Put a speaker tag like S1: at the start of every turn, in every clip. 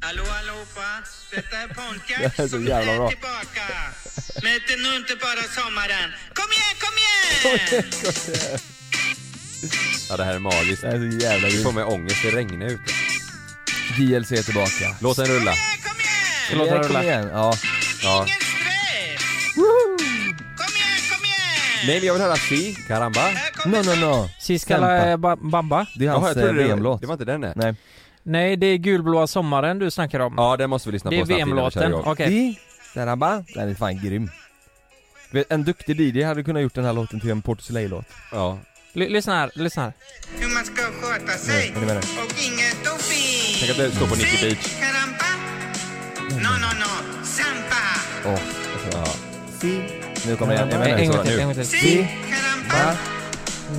S1: Hallå allihopa! Detta är
S2: Det här är
S1: Pontiac
S2: så jävla bra.
S1: tillbaka. Möt nu inte bara sommaren. Kom igen, kom igen!
S3: Ja, det här är magiskt.
S2: Det här är så jävla
S3: Du får
S2: grymt.
S3: mig ångest, det regnar ute.
S2: JLC är tillbaka.
S3: Låt den rulla.
S1: Kom igen!
S3: Låt den
S2: Kom
S3: rulla.
S2: igen. Ja.
S3: Ja.
S1: Ingen stress! Kom igen, kom igen!
S3: Nej men jag vill höra Si, Caramba.
S1: Här
S2: No,
S1: kommer
S2: no, no.
S4: Siskala eh, ba Bamba?
S2: Det är
S3: Jaha,
S2: hans
S3: jag trodde
S2: eh,
S3: det var-
S2: VM-låt.
S3: Det var inte den nej.
S2: Nej.
S4: Nej, det är gulblåa sommaren du snackar om.
S3: Ja, den måste vi lyssna
S4: det är
S3: på snabbt innan vi kör
S4: VM-låten.
S3: igång.
S4: Okej.
S2: Di, daraba. Den är fan grym. Vet, En duktig DJ hade kunnat gjort den här låten till en Port låt
S3: Ja.
S4: L- lyssna här, lyssna här.
S1: hur man ska sköta sig.
S2: Är ni med nu?
S1: Och inget doping.
S3: Tänk att det står på Nicky
S1: Si,
S3: Beach.
S1: Karampa. No, no, no. Sampa.
S4: Oh,
S2: Åh.
S3: Ja.
S2: Nu kommer den.
S3: men
S4: En-
S3: nej,
S4: en gång
S3: så,
S4: till,
S3: nu.
S4: en gång till.
S1: Si,
S2: Si,
S1: karampa.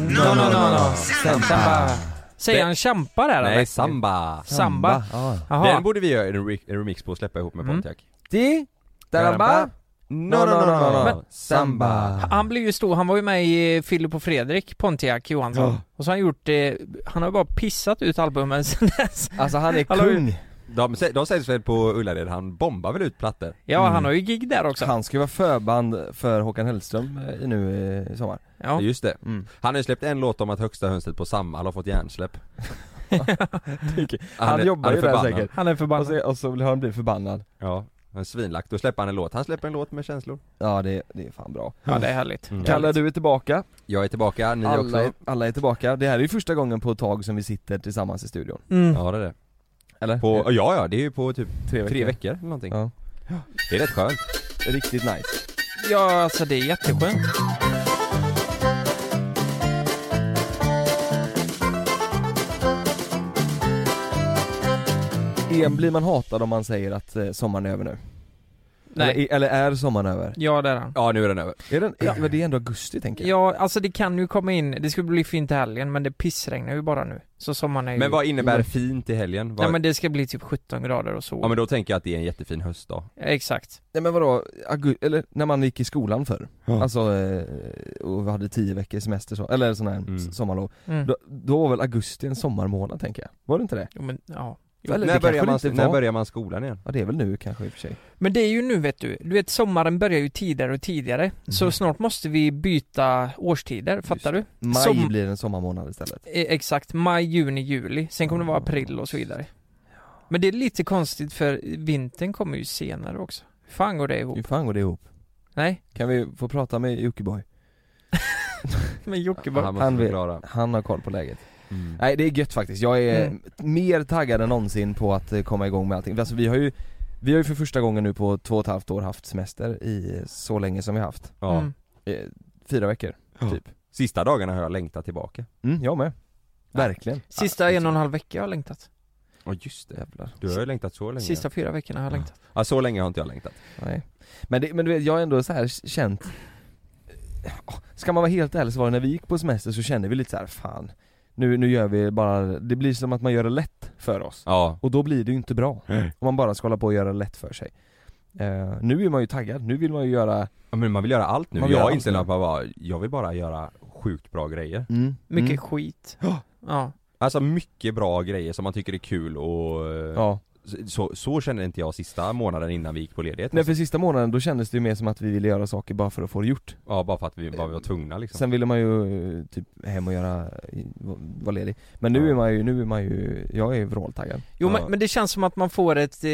S4: No, no, no, no.
S1: Sampa.
S4: Samba. Säger
S3: Ah. Det-
S4: han champa där eller?
S3: Nej, Samba.
S4: Samba.
S2: Ja.
S3: Den
S4: Jaha.
S3: borde vi göra en re- en remix på och släppa ihop med
S2: Mm.
S3: Pontiac.
S2: Di, daraba.
S3: No, no, no, no, no.
S4: Men-
S3: Samba.
S4: Han blev ju stor, han var ju med i Filip och Fredrik, Pontiac Johansson.
S2: Ja.
S4: Och så har han gjort, eh, han har ju bara pissat ut albumen sen dess.
S2: Alltså han är
S4: Hallå.
S2: kung.
S3: De, sä- de sägs väl på Ullared, han bombar väl ut plattor?
S4: Ja,
S2: Mm.
S4: han har ju gig där också.
S2: Han ska vara förband för Håkan Hellström eh, nu eh, i sommar.
S4: Ja.
S3: Just det.
S2: Mm.
S3: Han har ju släppt en låt om att högsta hönset på Samhall har fått hjärnsläpp.
S2: Han,
S3: är-
S2: jobbar
S3: är
S2: ju där
S3: förbannad.
S2: säkert.
S4: Han är
S2: Och
S4: förbannad.
S2: så, och så blir han blir förbannad.
S3: Ja, en svinlack. Då släpper han en låt. Han släpper en låt med känslor.
S2: Ja det, det är fan bra.
S4: Ja, det är härligt.
S3: Mm.
S2: Kalle du är tillbaka.
S3: Jag är tillbaka, ni
S2: Alla,
S3: också.
S2: är- alla är tillbaka. Det här är ju första gången på ett tag som vi sitter tillsammans i studion.
S4: Mm.
S3: Ja det är det.
S2: Eller? Eh,
S3: På, ja ja, det är ju på typ
S2: tre veckor.
S3: tre veckor eller någonting.
S2: Ja.
S3: Det är rätt skönt.
S2: Riktigt nice.
S4: Ja, alltså det är jätteskönt.
S2: En blir man hatad om man säger att eh, sommaren är över nu.
S4: Nej.
S2: Eller, eller är sommaren över?
S4: Ja, det är han.
S3: Ja nu är den över.
S2: Är den, ja. men det är ändå augusti tänker jag.
S4: Ja, alltså det kan ju komma in, det skulle bli fint i helgen men det pissregnar ju bara nu. Så sommaren är ju...
S3: Men vad innebär fint i helgen? Vad...
S4: Nej men det ska bli typ 17 grader och sol.
S3: Ja men då tänker jag att det är en jättefin höstdag.
S4: Exakt.
S2: Nej men vadå, augusti, eller när man gick i skolan förr.
S3: Ja.
S2: Alltså, eh, och vi hade tio veckors semester så, eller sån här
S3: Mm.
S2: s- sommarlov.
S4: Mm.
S2: Då, då var väl augusti en sommarmånad tänker jag? Var det inte det?
S4: Jo, men, ja.
S2: Jo, eller
S3: när,
S2: det
S3: börjar
S2: kanske
S3: man,
S2: det inte
S3: när
S2: var.
S3: börjar man skolan igen?
S2: Ja det är väl nu kanske i och för sig.
S4: men det är ju nu vet du, du vet sommaren börjar ju tidigare och tidigare.
S3: Mhm.
S4: Så snart måste vi byta årstider, fattar du?
S2: Maj
S4: Som-
S2: blir en sommarmånad istället.
S4: E- Exakt, maj, juni, juli. Sen kommer det
S3: Mm.
S4: vara april och så vidare. Men det är lite konstigt för vintern kommer ju senare också. Hur fan går det ihop?
S2: Hur fan går det ihop?
S4: Nej,
S2: Kan vi få prata med Jockiboi?
S4: men Jocke bara...
S3: Han måste
S2: Han vet.
S3: förklara.
S2: Han har koll på läget.
S3: Mm.
S2: Nej det är gött faktiskt, jag är
S4: Mm.
S2: mer taggad än någonsin på att eh, komma igång med allting. Alltså vi har ju vi har ju för första gången nu på två och ett halvt år haft semester i så länge som vi haft.
S3: Ja.
S4: Mm.
S2: Eh, Fyra veckor,
S3: Ja.
S2: typ.
S3: Sista dagarna har jag längtat tillbaka.
S2: Mm, jag med. Verkligen.
S4: Sista en och en halv vecka har jag längtat.
S3: Ja just det.
S2: Jävlar.
S3: Du har ju längtat så länge.
S4: Sista fyra veckorna har jag längtat.
S3: Ja så länge har inte jag längtat.
S2: Nej. Men, det, men du vet, jag har ändå så här känt eh, Ska man vara helt ärlig så var det när vi gick på semester så kände vi lite så här, fan nu, nu gör vi bara, det blir som att man gör det lätt för oss
S3: Ja.
S2: Och då blir det ju inte bra om man bara ska hålla på och göra det lätt för sig Eh, Nu är man ju taggad, nu vill man ju göra
S3: Ja, Men man vill göra allt nu.
S2: Man vill göra
S3: Jag
S2: allt
S3: inställer
S2: nu.
S3: mig bara, jag vill bara göra sjukt bra grejer.
S4: Mycket
S2: Mm.
S4: skit.
S3: Ja.
S4: Ja.
S3: Alltså mycket bra grejer som man tycker är kul och eh,
S2: Ja,
S3: så, så kände inte jag sista månaden innan vi gick på ledighet.
S2: nej för sista månaden då kändes det ju mer som att vi ville göra saker bara för att få det gjort
S3: Ja bara för att vi, bara vi var tvungna liksom.
S2: Sen ville man ju eh, typ hem och göra, vara ledig Men nu
S3: Ja.
S2: är man ju, nu är man ju, jag är vråltaggad
S4: Jo
S3: Ja.
S4: men, men det känns som att man får ett eh,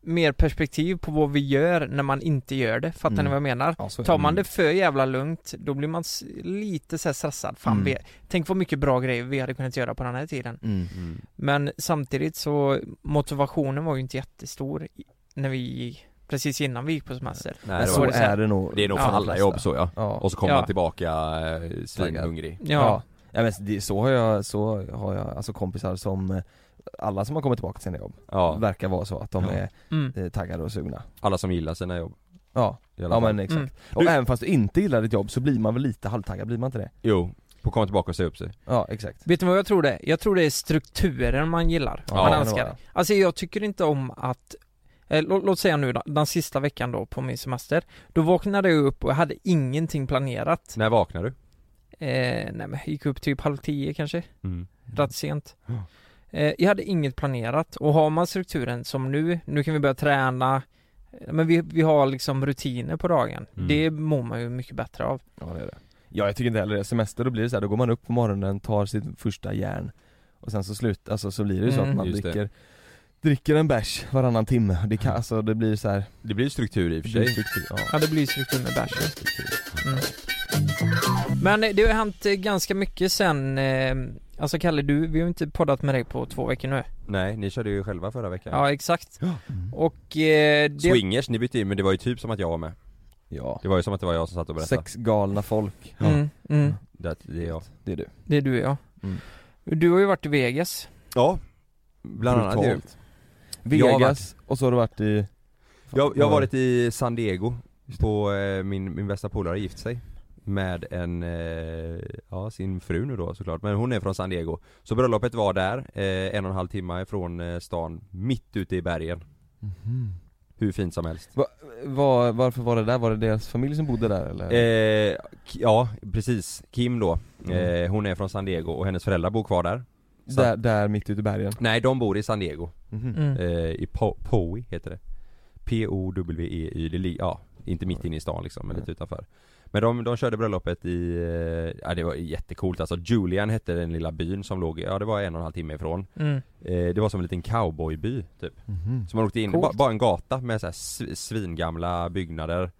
S4: mer perspektiv på vad vi gör när man inte gör det. Fattar
S2: Mm.
S4: ni vad jag menar?
S2: ja, så är det.
S4: Tar man
S3: Mm.
S4: det för jävla lugnt, då blir man s- lite så här stressad. Fan,
S2: Mm.
S4: vi, tänk vad mycket bra grejer vi hade kunnat göra på den här tiden.
S2: Mm.
S3: Mm.
S4: Men samtidigt så, motivationen var ju inte jättestor i- när vi, precis innan vi gick på semester.
S3: Nej,
S2: Men
S3: det,
S2: så
S3: var,
S4: det.
S2: är det nog
S3: det är nog för
S4: Ja,
S3: alla jobb så ja.
S2: Ja.
S3: Och så kommer
S4: Ja.
S3: man tillbaka eh, svinhungrig.
S4: Ja,
S2: ja. ja men det, så har jag, så har jag alltså kompisar som eh, alla som har kommit tillbaka till sina jobb
S3: Ja,
S2: verkar vara så att de
S3: Ja.
S2: är
S4: Mm.
S2: eh, taggade och sugna.
S3: alla som gillar sina jobb.
S2: Ja,
S3: I alla
S2: ja
S3: fall.
S2: men exakt.
S4: Mm.
S2: Och
S3: Du-
S2: även fast du inte gillar ditt jobb så blir man väl lite halvtaggad, blir man inte det?
S3: Jo, på att komma tillbaka och se upp sig.
S2: Ja exakt.
S4: Vet du vad jag tror det är? Jag tror det är strukturen man gillar,
S2: Ja,
S4: man
S3: det
S4: älskar.
S2: var det.
S4: Alltså jag tycker inte om att eh, lå- Låt säga nu då, den sista veckan då på min semester Då vaknade jag upp och jag hade ingenting planerat
S3: När vaknar du? Mm.
S2: Mm.
S4: eh, Nej men jag gick upp typ halv tio kanske, rätt sent Eh, jag hade inget planerat och har man strukturen som nu, nu kan vi börja träna eh, men vi, vi har liksom rutiner på dagen.
S3: Mm.
S4: Det mår man ju mycket bättre av.
S2: Ja det är det Ja jag tycker inte heller det, semester då blir det så här, då går man upp på morgonen, tar sitt första järn Och sen så slut, alltså så blir det ju så
S4: Mm.
S2: att man
S3: Just det.
S2: dricker Dricker en bärs varannan timme, det kan, alltså det blir så här.
S3: Det blir struktur i och för
S2: det blir
S3: sig.
S2: struktur, ja.
S4: Ja det blir struktur med bärs. Mm. Men eh, det har hänt eh, ganska mycket sen eh, Alltså Kalle du, vi har ju inte poddat med dig på två veckor nu
S3: Nej, ni körde ju själva förra veckan.
S4: Ja exakt
S5: Mm.
S4: Och eh, det,
S3: Swingers, ni bytte in men det var ju typ som att jag var med.
S2: ja.
S3: Det var ju som att det var jag som satt och berättade.
S2: Sex galna folk,
S4: mm, mm,
S3: Det, det är jag.
S2: det är du
S4: det är du ja
S2: Mm.
S4: Du har ju varit i Vegas
S3: Ja. Bland annat ju.
S2: Brutalt.
S3: Jag har
S2: Vegas, och så har du varit i
S3: Jag, jag har varit i San Diego på eh, min, min bästa polare har gift sig med en, eh, ja sin fru nu då såklart, men hon är från San Diego Så bröllopet var där, eh, en och en halv timme ifrån eh, stan, mitt ute i bergen
S2: Mhm.
S3: Hur fint som helst
S2: Va, va, Varför var det där? Var det deras familj som bodde där eller?
S3: eh, K- Ja, precis, Kim då,
S2: Mm.
S3: eh, hon är från San Diego och hennes föräldrar bor kvar där så-
S2: där, där mitt ute i bergen?
S3: Nej de bor i San Diego,
S2: Mhm.
S4: mm.
S3: eh, i po- Powi heter det P-O-W-E-Y, E det ligger, ja, inte mitt inne i stan liksom, men
S2: Nej.
S3: lite utanför Men de, de körde bröllopet i, eh, ja det var jättecoolt alltså, Julian hette den lilla byn som låg, ja det var en och en halv timme ifrån
S4: Mm.
S3: eh, Det var som en liten cowboyby typ
S2: Mhm.
S3: Så man åkte in,
S4: Coolt.
S3: bara, bara en gata med så här sv- svingamla byggnader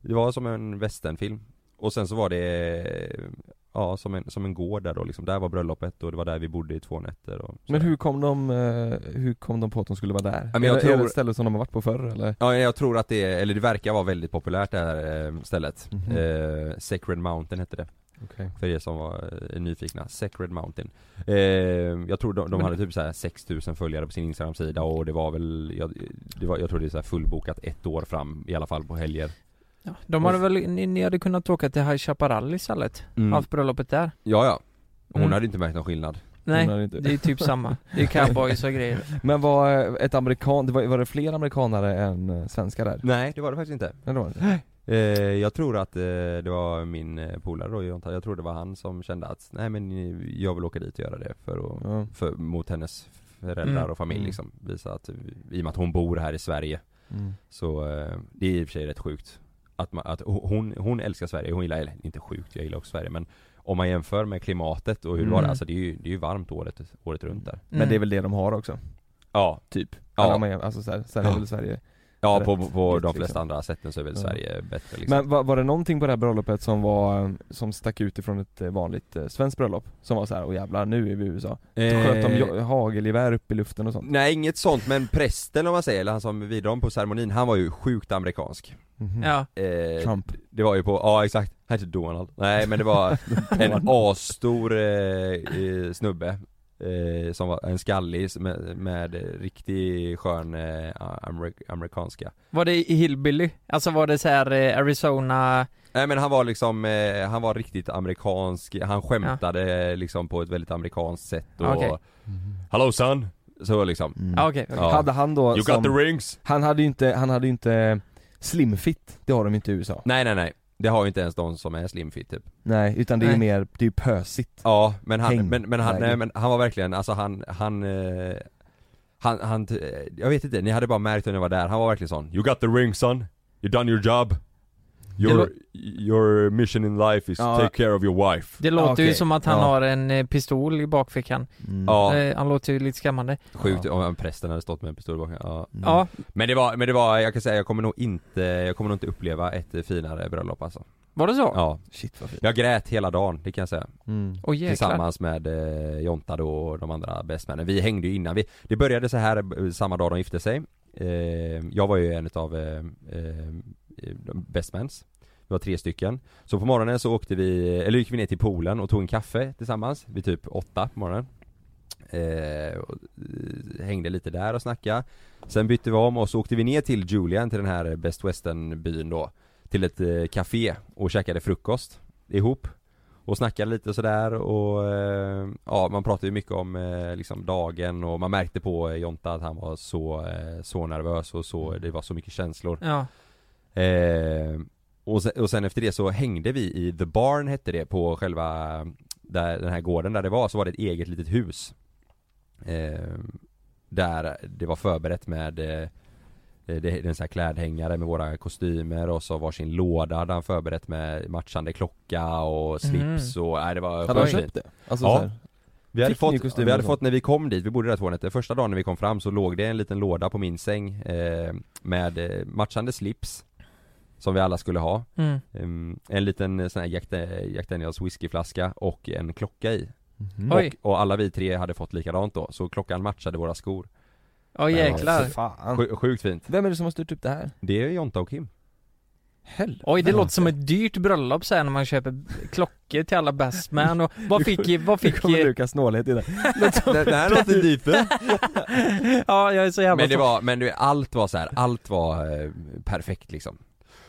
S3: Det var som en westernfilm Och sen så var det, eh, ja som en, som en gård där då liksom, där var bröllopet och det var där vi bodde i två nätter och
S2: Men hur kom de, eh, hur kom de på att de skulle vara där?
S3: Ja, men jag
S2: är, det- är det
S3: tror-
S2: ett ställe som de har varit på förr eller?
S3: Ja jag tror att det, eller det verkar vara väldigt populärt det här eh, stället
S2: Mhm.
S4: Mm.
S3: eh, Sacred Mountain hette det
S2: Okej.
S3: För er som var eh, nyfikna, Sacred Mountain eh, Jag tror de, de
S4: Men-
S3: hade typ så här 6000 följare på sin Instagram-sida och det var väl Jag, det var, jag tror det är så här fullbokat ett år fram i alla fall på helger
S4: Ja, De hade väl, ni, ni hade kunnat åka till High Chaparral istället Haft bröllopet där
S3: Ja ja, Mm. hon
S4: Mm.
S3: hade inte märkt någon skillnad
S4: Nej
S2: Undrar inte.
S4: det är ju typ samma, det är cowboys och grejer
S2: Men var eh, ett amerikan, det var, var det fler amerikanare än eh, svenskar där?
S3: Nej det var det faktiskt inte
S2: Nej det var det inte.
S3: eh, Jag tror att eh, det var min eh, polare då, Jonathan. jag tror det var han som kände att Nej men eh, jag vill åka dit och göra det för att
S2: Ja.
S3: för, mot hennes föräldrar
S4: Mm.
S3: och familj
S2: Mm.
S3: liksom, visa att, i och med att hon bor här i Sverige
S2: Mm.
S3: så, eh, det är i och för sig rätt sjukt att, man, att ho- hon, hon älskar Sverige, hon gillar, eller inte sjukt, jag gillar också Sverige men om man jämför med klimatet och hur det var
S4: Mm.
S3: där, alltså det är ju, det är ju varmt året, året runt där
S2: Men det är väl det de har också?
S3: Ja,
S2: Typ?
S3: Ja.
S2: Eller om man, alltså så här, sen är
S3: Ja.
S2: väl Sverige
S3: ja
S2: Rätt.
S3: på, på
S2: Rätt,
S3: de flesta
S2: liksom.
S3: andra sätten så är väl
S2: Ja.
S3: Sverige bättre liksom.
S2: Men var, var det någonting på det här bröllopet som var, eh, som stack ut ifrån ett eh, vanligt eh, svenskt bröllop? Som var så här, åh jävlar nu är vi i USA? Sköt
S3: Eh.
S2: de jo- hagelgevär upp i luften och sånt?
S3: Nej inget sånt men prästen om man säger, eller han som vidare om på ceremonin, han var ju sjukt amerikansk
S2: Mhm.
S4: Ja,
S3: eh,
S2: Trump
S3: Det var ju på, ja exakt, han hette Donald, nej men det var en asstor eh, eh, snubbe eh, Som var en skallig som- med, med eh, riktig skön eh, amer- amerikanska
S4: var det i hillbilly? Alltså var det så här eh, Arizona,
S3: Nej men han var liksom, eh, han var riktigt amerikansk, han skämtade eh, liksom på ett väldigt amerikanskt sätt
S2: Ah,
S3: och
S4: Okej.
S3: Hello son! Så liksom
S2: mm.
S4: ja okej okej.
S3: Ja.
S2: Hade han då
S3: You
S2: som,
S3: got the rings!
S2: Han hade ju inte, han hade ju inte slimfit, det har de inte i USA
S3: Nej nej nej, det har ju inte ens de som är slimfit typ
S2: Nej, utan det är
S4: Nej.
S2: ju mer, det är ju pösigt
S3: Ja, men han,
S2: Häng.
S3: men, men han,
S2: Nej.
S3: nej, men han var verkligen, alltså han, han, eh, han, han, eh, jag vet inte, ni hade bara märkt när jag var där, han var verkligen sån You got the ring son, you done your job
S4: Your- Det var-
S3: your mission in life is
S2: to Ja. take
S3: care of your wife
S4: Det låter ju
S2: Okej,
S4: som att han
S2: ja.
S4: har en eh, pistol i bakfickan
S2: Mm.
S3: Ja,
S4: eh, Han låter ju lite skrämmande
S3: sjukt om prästen hade stått med en pistol bakom, ja.
S2: Mm.
S4: Ja,
S3: Men det var, men det var, jag kan säga jag kommer nog inte, jag kommer nog inte uppleva ett eh, finare bröllop alltså
S4: var det så?
S3: Ja,
S2: Shit vad fint
S3: jag grät hela dagen, det kan jag säga
S2: mm.
S4: Åh jäklar.
S3: Tillsammans med eh, Jonta då och de andra bestmännen. Vi hängde ju innan, vi, det började så här eh, samma dag de gifte sig eh, Jag var ju en utav eh, eh, de bestmans Vi var tre stycken Så på morgonen så åkte vi, eh, eller gick vi ner till poolen och tog en kaffe tillsammans vid typ åtta på morgonen eh, och, eh, Hängde lite där och snackade Sen bytte vi om och så åkte vi ner till Julian till den här Best Western byn då Till ett eh, café och käkade frukost ihop och snackade lite sådär och eh, ja man pratade ju mycket om eh, liksom dagen och man märkte på eh, Jonta att han var så, eh, så nervös och så, det var så mycket känslor
S4: Ja,
S3: eh, och, sen, och sen efter det så hängde vi i The Barn hette det på själva där, den här gården där det var så var det ett eget litet hus eh, Där det var förberett med eh, det, det är en sån här klädhängare med våra kostymer och så varsin låda där han förberett med matchande klocka och slips och, nej det var
S2: Hade han
S3: skönt.
S2: köpt det? Alltså
S3: Ja.
S2: så här,
S3: Vi hade,
S2: Fick ni
S3: fått,
S2: kostymer
S3: vi hade
S2: och
S3: fått
S2: sånt?
S3: när vi kom dit, vi bodde där två nätter, första dagen när vi kom fram så låg det en liten låda på min säng eh, Med eh, matchande slips Som vi alla skulle ha
S4: Mm.
S3: Ehm, En liten eh, sån här Jack, Dan- Jack Daniels whiskyflaska och en klocka i
S2: mhm.
S4: Oj,
S3: Och alla vi tre hade fått likadant då, så klockan matchade våra skor
S4: ja jäklar.
S2: Fy Fan.
S3: Sju- Sjukt fint
S2: Vem är det som har styrt upp det här?
S3: Det är Jonta och Kim
S2: Helvete.
S4: Oj, det låter som ett dyrt bröllop så här när man köper klockor till alla bestman och vad fick, vad
S2: Nu
S4: fick,
S2: kommer Lukas snålhet i det.
S3: Det, det här låter dyrt
S4: ja jag är så jävla
S3: Men det var, men du vet, allt var så här, allt var eh, perfekt liksom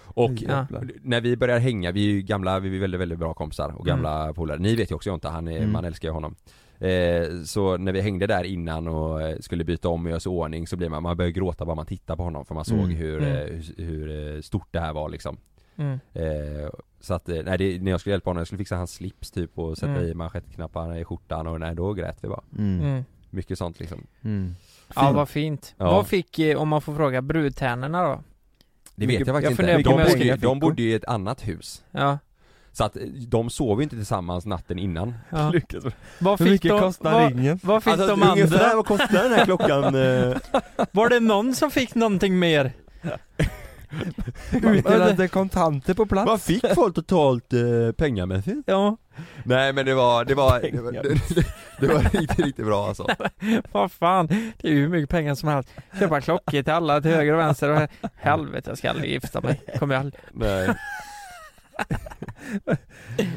S3: Och
S4: Ja.
S3: när vi börjar hänga, vi är ju gamla, vi är väldigt väldigt bra kompisar och gamla polare Ni vet ju också Jonta, han är,
S4: Mm.
S3: man älskar ju honom eh, Så när vi hängde där innan och eh, skulle byta om och göra sig i ordning så blir man, man börjar gråta bara man tittar på honom för man såg
S2: Mm.
S3: hur,
S4: Mm.
S3: eh, hur, hur eh, stort det här var liksom
S4: Mm.
S3: Eh, så att, eh, nej, det, när jag skulle hjälpa honom, jag skulle fixa hans slips typ och sätta
S4: Mm.
S3: i manschettknapparna i skjortan och nej, då grät vi bara.
S2: Mm.
S4: Mm.
S3: Mycket sånt liksom.
S2: Mm.
S4: Ja vad fint.
S3: Ja.
S4: Vad fick, eh, om man får fråga, brudtärnorna då?
S3: Det vet
S2: Mycket-
S3: jag
S4: jag
S3: faktiskt
S4: funderar
S3: inte.
S4: på om
S3: De,
S4: jag
S3: bodde,
S2: ska-
S3: ju- de bodde ju i ett annat hus.
S4: Ja,
S3: Så att eh, de sov ju inte tillsammans natten innan.
S4: ja.
S2: Lukas,
S4: Vad
S2: hur
S4: fick
S2: mycket
S4: de,
S2: kostar
S4: vad,
S2: ringen?
S4: vad
S3: Alltså,
S4: fick de andra?
S3: vad kostar den här klockan? eh,
S4: Var det någon som fick någonting mer?
S2: Utdelade kontanter på plats?
S3: fick folk totalt eh, pengamässigt?
S4: Ja,
S3: Nej men det var, det var, det var, det var riktigt, riktigt bra alltså.
S4: vad fan. Det är ju hur mycket pengar som helst. Köpa klockor till alla, till höger och vänster och helvete jag ska aldrig gifta mig. Kommer jag aldrig.
S3: Nej.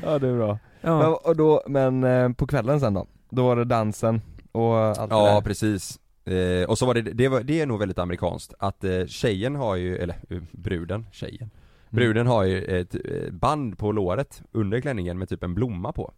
S2: Ja det är bra. Men,
S4: Ja.
S2: och då, men eh, på kvällen sen då? Då var det dansen och allt det
S3: Ja
S2: där.
S3: precis eh, Och så var det, det, var, det är nog väldigt amerikanskt att eh, tjejen har ju, eller eh, bruden, tjejen Bruden har ju ett eh, band på låret under klänningen med typ en blomma på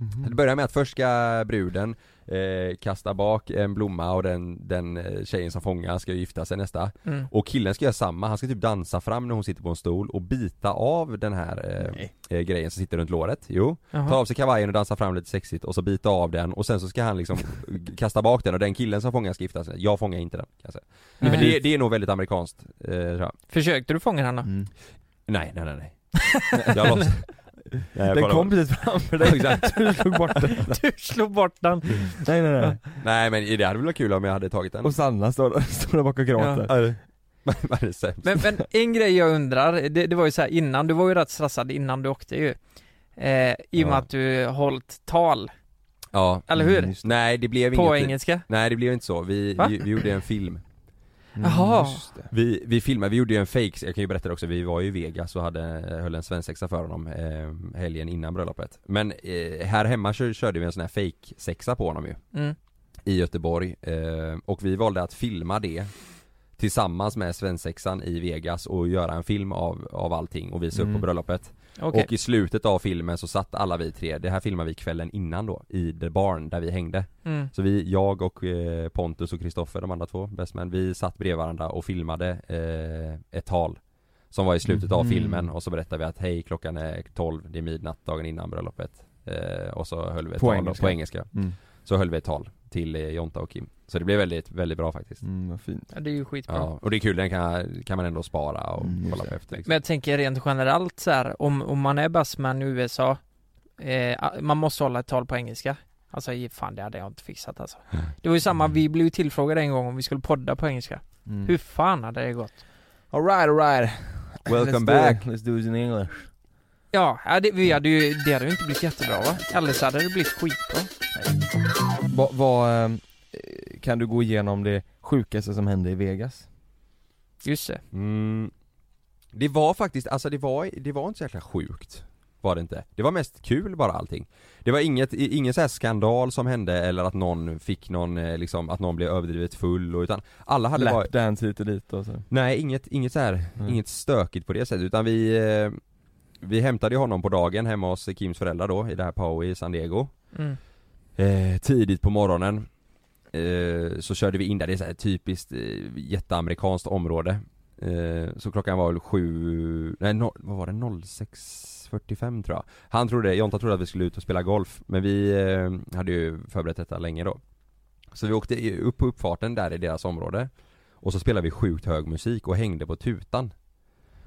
S2: Mhm.
S3: Det börjar med att först ska bruden eh, kasta bak en blomma och den, den eh, tjejen som fångar ska ju gifta sig nästa
S4: Mm.
S3: Och killen ska göra samma, han ska typ dansa fram när hon sitter på en stol och bita av den här eh, eh, grejen som sitter runt låret, jo
S4: Jaha.
S3: Ta av sig kavajen och dansa fram lite sexigt och så bita av den och sen så ska han liksom g- kasta bak den och den killen som fångar ska gifta sig. Jag fångar inte den kan jag säga.
S4: Nej.
S3: Men det, det är nog väldigt amerikanskt, eh, tror jag.
S4: Försökte du fånga henne?
S2: Mm.
S3: Nej, nej, nej, nej. Jag låts... Nej, jag
S2: Den
S3: kollar
S2: kom
S3: bara.
S2: precis framför dig,
S3: Exakt.
S2: du slog bort den.
S4: Du slog bort den.
S2: Nej nej nej.
S3: Nej men det hade väl varit kul om jag hade tagit den.
S2: Och Sanna står, står där bak och gråter.
S3: Ja, det- Vad är det sämst?
S4: Men, men en grej jag undrar, det, det var ju så här innan, du var ju rätt stressad innan du åkte ju. Eh, I och med
S3: Ja.
S4: att du hållit tal,
S3: Ja.
S4: eller hur?
S2: Mm, just
S3: Nej det blev
S4: på
S3: inget.
S4: engelska?
S3: Nej det blev inte så. Vi,
S4: Va?
S3: vi, vi gjorde en film.
S2: Mm,
S4: Jaha.
S2: just det.
S3: Vi, vi filmade, vi gjorde ju en fake, jag kan ju berätta det också, vi var ju i Vegas och hade, höll en svensexa för honom eh, helgen innan bröllopet Men eh, här hemma kör, körde vi en sån här fake sexa på honom ju
S4: Mm.
S3: I Göteborg eh, och vi valde att filma det Tillsammans med svensexan i Vegas och göra en film av, av allting och visa upp
S2: Mm.
S3: på bröllopet
S4: Okej.
S3: Och i slutet av filmen så satt alla vi tre, det här filmade vi kvällen innan då, i The Barn där vi hängde
S4: Mm.
S3: så vi, jag och eh, Pontus och Kristoffer, de andra två bestmän, vi satt bredvid varandra och filmade eh, ett tal Som var i slutet av
S2: Mhm.
S3: filmen och så berättade vi att hej klockan är 12, det är midnatt dagen innan bröllopet eh, Och så höll vi ett
S2: På
S3: tal då,
S2: engelska.
S3: på engelska
S2: Mm.
S3: Så höll vi ett tal till eh, Jonta och Kim Så det blev väldigt, väldigt bra faktiskt
S2: Mm, vad fint.
S4: Ja, det är ju skitbra.
S3: Ja, och det är kul, den kan, kan man ändå spara och
S2: Mm, just
S3: kolla
S2: det.
S3: på efter liksom.
S4: Men jag tänker rent generellt så här, om, om man är bestman i USA, eh, man måste hålla ett tal på engelska. Alltså ge fan det hade jag inte fixat alltså. Det var ju samma, vi blev ju tillfrågade en gång om vi skulle podda på engelska.
S2: Mm.
S4: Hur fan hade det gått?
S2: Alright alright.
S3: Welcome
S2: Let's
S3: back!
S2: Do it. Let's do it in English.
S4: Ja, ja, det, vi hade ju, det hade ju inte blivit jättebra va? Eller så hade det blivit skitbra.
S2: Vad, vad, ehm, kan du gå igenom det sjukaste som hände i Vegas?
S4: Just det.
S3: Mm. Det var faktiskt, alltså det var, det var inte så jäkla sjukt Var det inte. Det var mest kul bara allting Det var inget, i- ingen så här skandal som hände eller att någon fick någon eh, liksom, att någon blev överdrivet full och utan Alla hade bara,
S2: Lapdance hit och dit och så.
S3: nej inget, inget så här,
S2: Nej.
S3: inget stökigt på det sättet utan vi eh, Vi hämtade ju honom på dagen hemma hos Kims föräldrar då i det här Poway i San Diego
S4: Mm.
S3: eh, tidigt på morgonen eh, Så körde vi in där, det är så här typiskt eh, jätteamerikanskt område eh, Så klockan var väl sju, nej no, vad var det, 06.45 tror jag Han trodde, Jonta trodde att vi skulle ut och spela golf Men vi eh, hade ju förberett detta länge då Så vi åkte i- upp på uppfarten där i deras område Och så spelade vi sjukt hög musik och hängde på tutan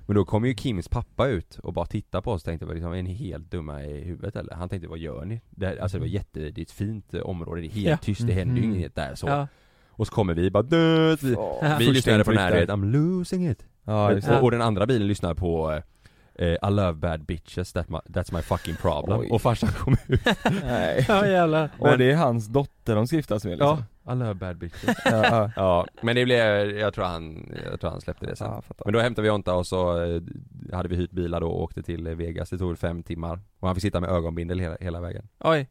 S3: Men då kom ju Kims pappa ut och bara tittade på oss och tänkte "Vad liksom, är ni helt dumma i huvudet eller? Han tänkte vad gör ni? Det, här- alltså det var jätte, det är ett fint eh, område, det är helt
S4: Ja.
S3: tyst, det händer
S2: Mhm.
S3: ju inget där så
S4: Ja.
S3: Och så kommer vi bara Död! Vi,
S2: Oh,
S3: vi lyssnade på den här, I'm losing it
S2: Ja, just det.
S3: och, och den andra bilen lyssnar på eh, I love bad bitches, that my, that's my fucking problem
S2: Oj.
S3: Och farsan kom ut
S2: Nej.
S4: ja jävlar.
S2: Och det är hans dotter de skiftas med liksom.
S3: I love bad bitches
S2: Ja, ja.
S3: Ja, men det blev, jag tror han, jag tror han släppte det sen
S2: Ja, fattar.
S3: Men då hämtade vi Jonta och så eh, hade vi hyrt bilar då och åkte till eh, Vegas, det tog väl fem timmar Och han fick sitta med ögonbindel hela, hela vägen
S4: Oj.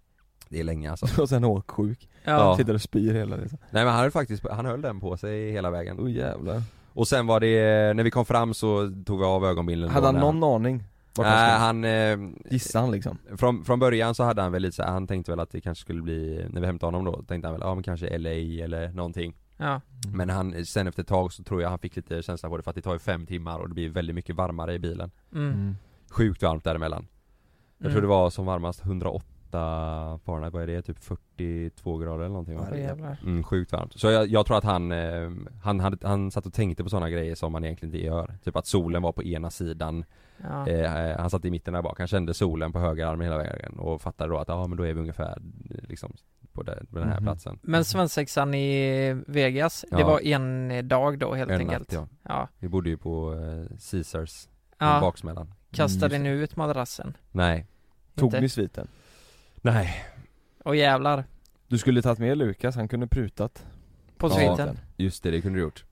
S3: Det är länge alltså
S2: Och sen åksjuk.
S4: Ja.
S2: Sitter och spyr hela liksom.
S3: Nej men han höll faktiskt, han höll den på sig hela vägen
S2: Oh jävlar.
S3: Och sen var det, när vi kom fram så tog vi av ögonbindeln
S2: Hade
S3: då
S2: han
S3: när-
S2: någon aning? Vart han
S3: Nej
S2: skulle?
S3: han, eh,
S2: Gissade han liksom?
S3: Från, från början så hade han väl lite så här, han tänkte väl att det kanske skulle bli, när vi hämtade honom då, tänkte han väl, ja men kanske LA eller någonting
S4: Ja.
S3: Men han, sen efter ett tag så tror jag han fick lite känsla på det för att det tar ju fem timmar och det blir väldigt mycket varmare i bilen
S4: Mm. Mm.
S3: Sjukt varmt däremellan Jag tror det var som varmast 108 Fahrenheit, vad är det? Typ 42 grader eller någonting va?
S4: Åh, jävlar.
S3: Mm, sjukt varmt. Så jag, jag tror att han, eh, han, hade, han satt och tänkte på sådana grejer som man egentligen inte gör. Typ att solen var på ena sidan
S4: Ja.
S3: Eh, han satt i mitten där bak, han kände solen på höger armen hela vägen och fattade då att ja men då är vi ungefär eh, liksom på den, på den här
S2: Mhm.
S3: platsen
S4: Men svensexan i Vegas, det
S3: Ja.
S4: var en dag då helt
S3: En
S4: enkelt.
S3: natt, ja.
S4: ja.
S3: Vi bodde ju på eh, Caesars, ja.
S4: ja.
S3: baksmällan
S4: Kastade
S2: Mm,
S4: ni ut madrassen?
S3: Nej
S2: Tog
S4: Inte?
S2: ni sviten?
S3: Nej,
S4: Åh jävlar.
S2: Du skulle tagit med Lukas, han kunde prutat.
S4: På
S3: Ja. Mm.
S4: sviten.
S3: just det, det kunde du gjort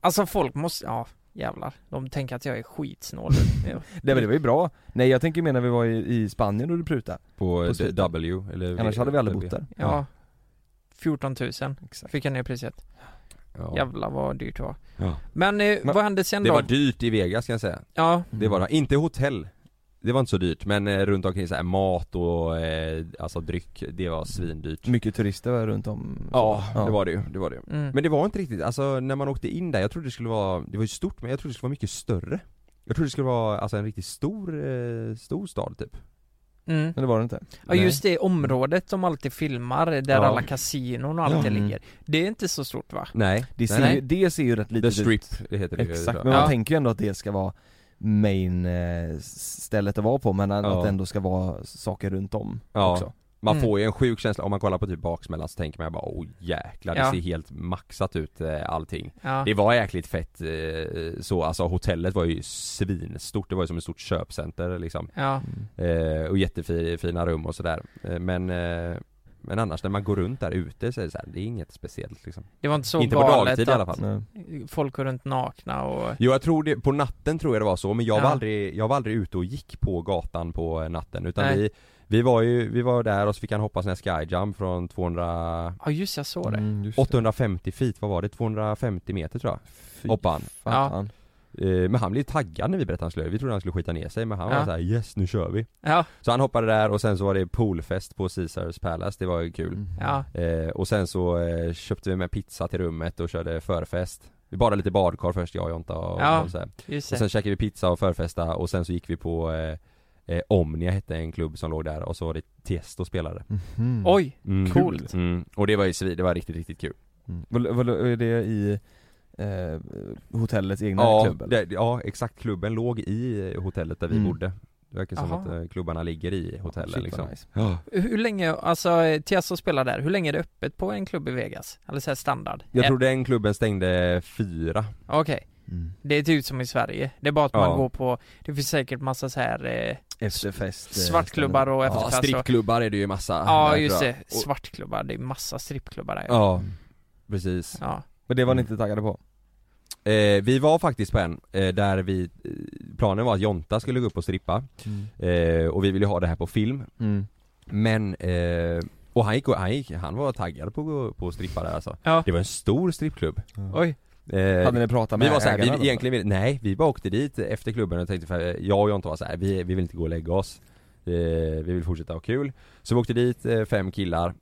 S4: Alltså folk måste, ja jävlar. De tänker att jag är skitsnål. Ja.
S2: Nej men det var ju bra. Nej jag tänker mer när vi var i, i Spanien och du prutade.
S3: På, eh,
S2: sviten.
S3: W eller
S2: Annars hade vi aldrig bott
S3: där
S2: där.
S4: ja. 14 000
S2: Exakt.
S4: fick jag ner priset.
S3: ja.
S4: Jävlar vad dyrt det var.
S3: Ja.
S4: Men, eh,
S2: Men-
S4: vad hände sen
S3: Det
S4: då?
S3: var dyrt i Vegas kan jag säga
S4: ja.
S2: Mm.
S3: Det var det, inte hotell Det var inte så dyrt men eh, runt omkring så här mat och eh, alltså dryck, det var svindyrt
S2: Mm. Mycket turister var runt om.
S3: Ja, det var det ju, det var det ju
S4: Mm.
S3: Men det var inte riktigt, alltså när man åkte in där, jag trodde det skulle vara, det var ju stort men jag trodde det skulle vara mycket större Jag trodde det skulle vara alltså en riktigt stor, eh, stor stad typ
S4: Mm.
S2: Men det var det inte.
S4: Ja just det området de alltid filmar där
S3: Ja.
S4: alla kasinon och allt
S2: Ja.
S4: det ligger. Det är inte så stort va?
S3: Nej,
S2: Det ser,
S3: nej,
S2: Ju, det ser ju rätt
S3: nej.
S2: litet
S3: The
S2: ut.
S3: Strip det heter det ju, tror
S2: Exakt,
S3: jag.
S2: men man
S4: Ja.
S2: tänker ju ändå att det ska vara main eh, stället att vara på men att
S3: Ja.
S2: det ändå ska vara saker runt om
S3: Ja.
S2: också.
S3: Man
S4: Mm.
S3: får ju en sjuk känsla, om man kollar på typ baksmällan så tänker man bara oh jäklar det
S4: Ja.
S3: ser helt maxat ut eh, allting
S4: Ja.
S3: Det var jäkligt fett eh, så, alltså hotellet var ju svinstort, det var ju som ett stort köpcenter liksom
S4: Ja.
S2: Mm.
S3: eh, Och jättefina rum och sådär eh, Men eh, men annars när man går runt där ute så är det så här, det är inget speciellt liksom.
S4: Det var inte så
S3: Inte på
S4: galet
S3: dagtid i alla fall.
S2: Nej.
S4: att folk går runt nakna och...
S3: Jo jag tror det, på natten tror jag det var så men jag
S4: Ja.
S3: var aldrig, jag var aldrig ute och gick på gatan på eh, natten utan
S4: Nej.
S3: vi Vi var ju, vi var där och så fick han hoppa sån här skyjump från 200
S4: Ja just jag såg det.
S2: Mm, just det.
S3: 850 feet, vad var det? 250 meter tror jag
S2: Fy
S3: hoppade han
S2: fan.
S3: eh, Men han blev taggad när vi berättade att han skulle, vi trodde han skulle skita ner sig men han
S4: Ja.
S3: var såhär 'Yes, nu kör vi'
S4: Ja.
S3: Så han hoppade där och sen så var det poolfest på Caesars Palace, det var ju kul
S2: Mm.
S4: Ja.
S3: eh, Och sen så eh, köpte vi med pizza till rummet och körde förfest Vi badade lite badkar först, jag och Jonta och,
S4: Ja.
S3: och så här.
S4: Just
S3: Och
S4: det.
S3: sen käkade vi pizza och förfesta och sen så gick vi på eh, eh, Omnia hette en klubb som låg där och så var det Tiesto spelade
S2: Mhm.
S4: Oj!
S3: mm.
S4: Coolt.
S3: mm. Och det var ju svin- det var riktigt riktigt kul
S2: Mm. Vad, vad, är det i eh, hotellets egna
S3: Ja,
S2: klubb eller?
S3: det, ja exakt, klubben låg i eh, hotellet där vi
S2: Mm.
S3: bodde Det verkar som
S4: Aha.
S3: att eh, klubbarna ligger i hotellet
S2: Shit, vad
S3: liksom
S2: nice.
S3: Ja.
S4: Hur länge, alltså eh, Tiasso spelar där, hur länge är det öppet på en klubb i Vegas? Eller såhär standard?
S3: Jag
S4: Eh,
S3: tror den klubben stängde fyra
S4: Okej, det är typ som i Sverige. Det är bara att man
S3: Ja. Ah,
S4: går på, det finns säkert massa så här eh,
S2: Efterfest. eh,
S4: svartklubbar och
S3: Ja,
S4: efterfest och...
S3: strippklubbar är det ju massa
S4: Ja
S3: där,
S4: just
S3: tror jag.
S4: det,
S3: Och-
S4: svartklubbar, det är massa strippklubbar där.
S3: Ja, precis
S4: ja.
S2: Men det var ni inte taggade på?
S3: eh, Vi var faktiskt på en, eh, där vi eh, Planen var att Jonta skulle gå upp och strippa eh, Och vi ville ha det här på film
S2: Mm.
S3: Men, eh, och han gick, och, han, gick han var taggad på att gå på att strippa där alltså
S4: Ja.
S3: Det var en stor strippklubb
S4: Oj,
S3: eh,
S2: Hade ni pratat med
S3: Vi var såhär,
S2: ägarna
S3: vi,
S2: då?
S3: egentligen, ville- nej vi bara åkte dit efter klubben och tänkte för jag och Jonte var såhär, vi, vi vill inte gå och lägga oss eh, Vi vill fortsätta ha kul Så vi åkte dit, eh, fem killar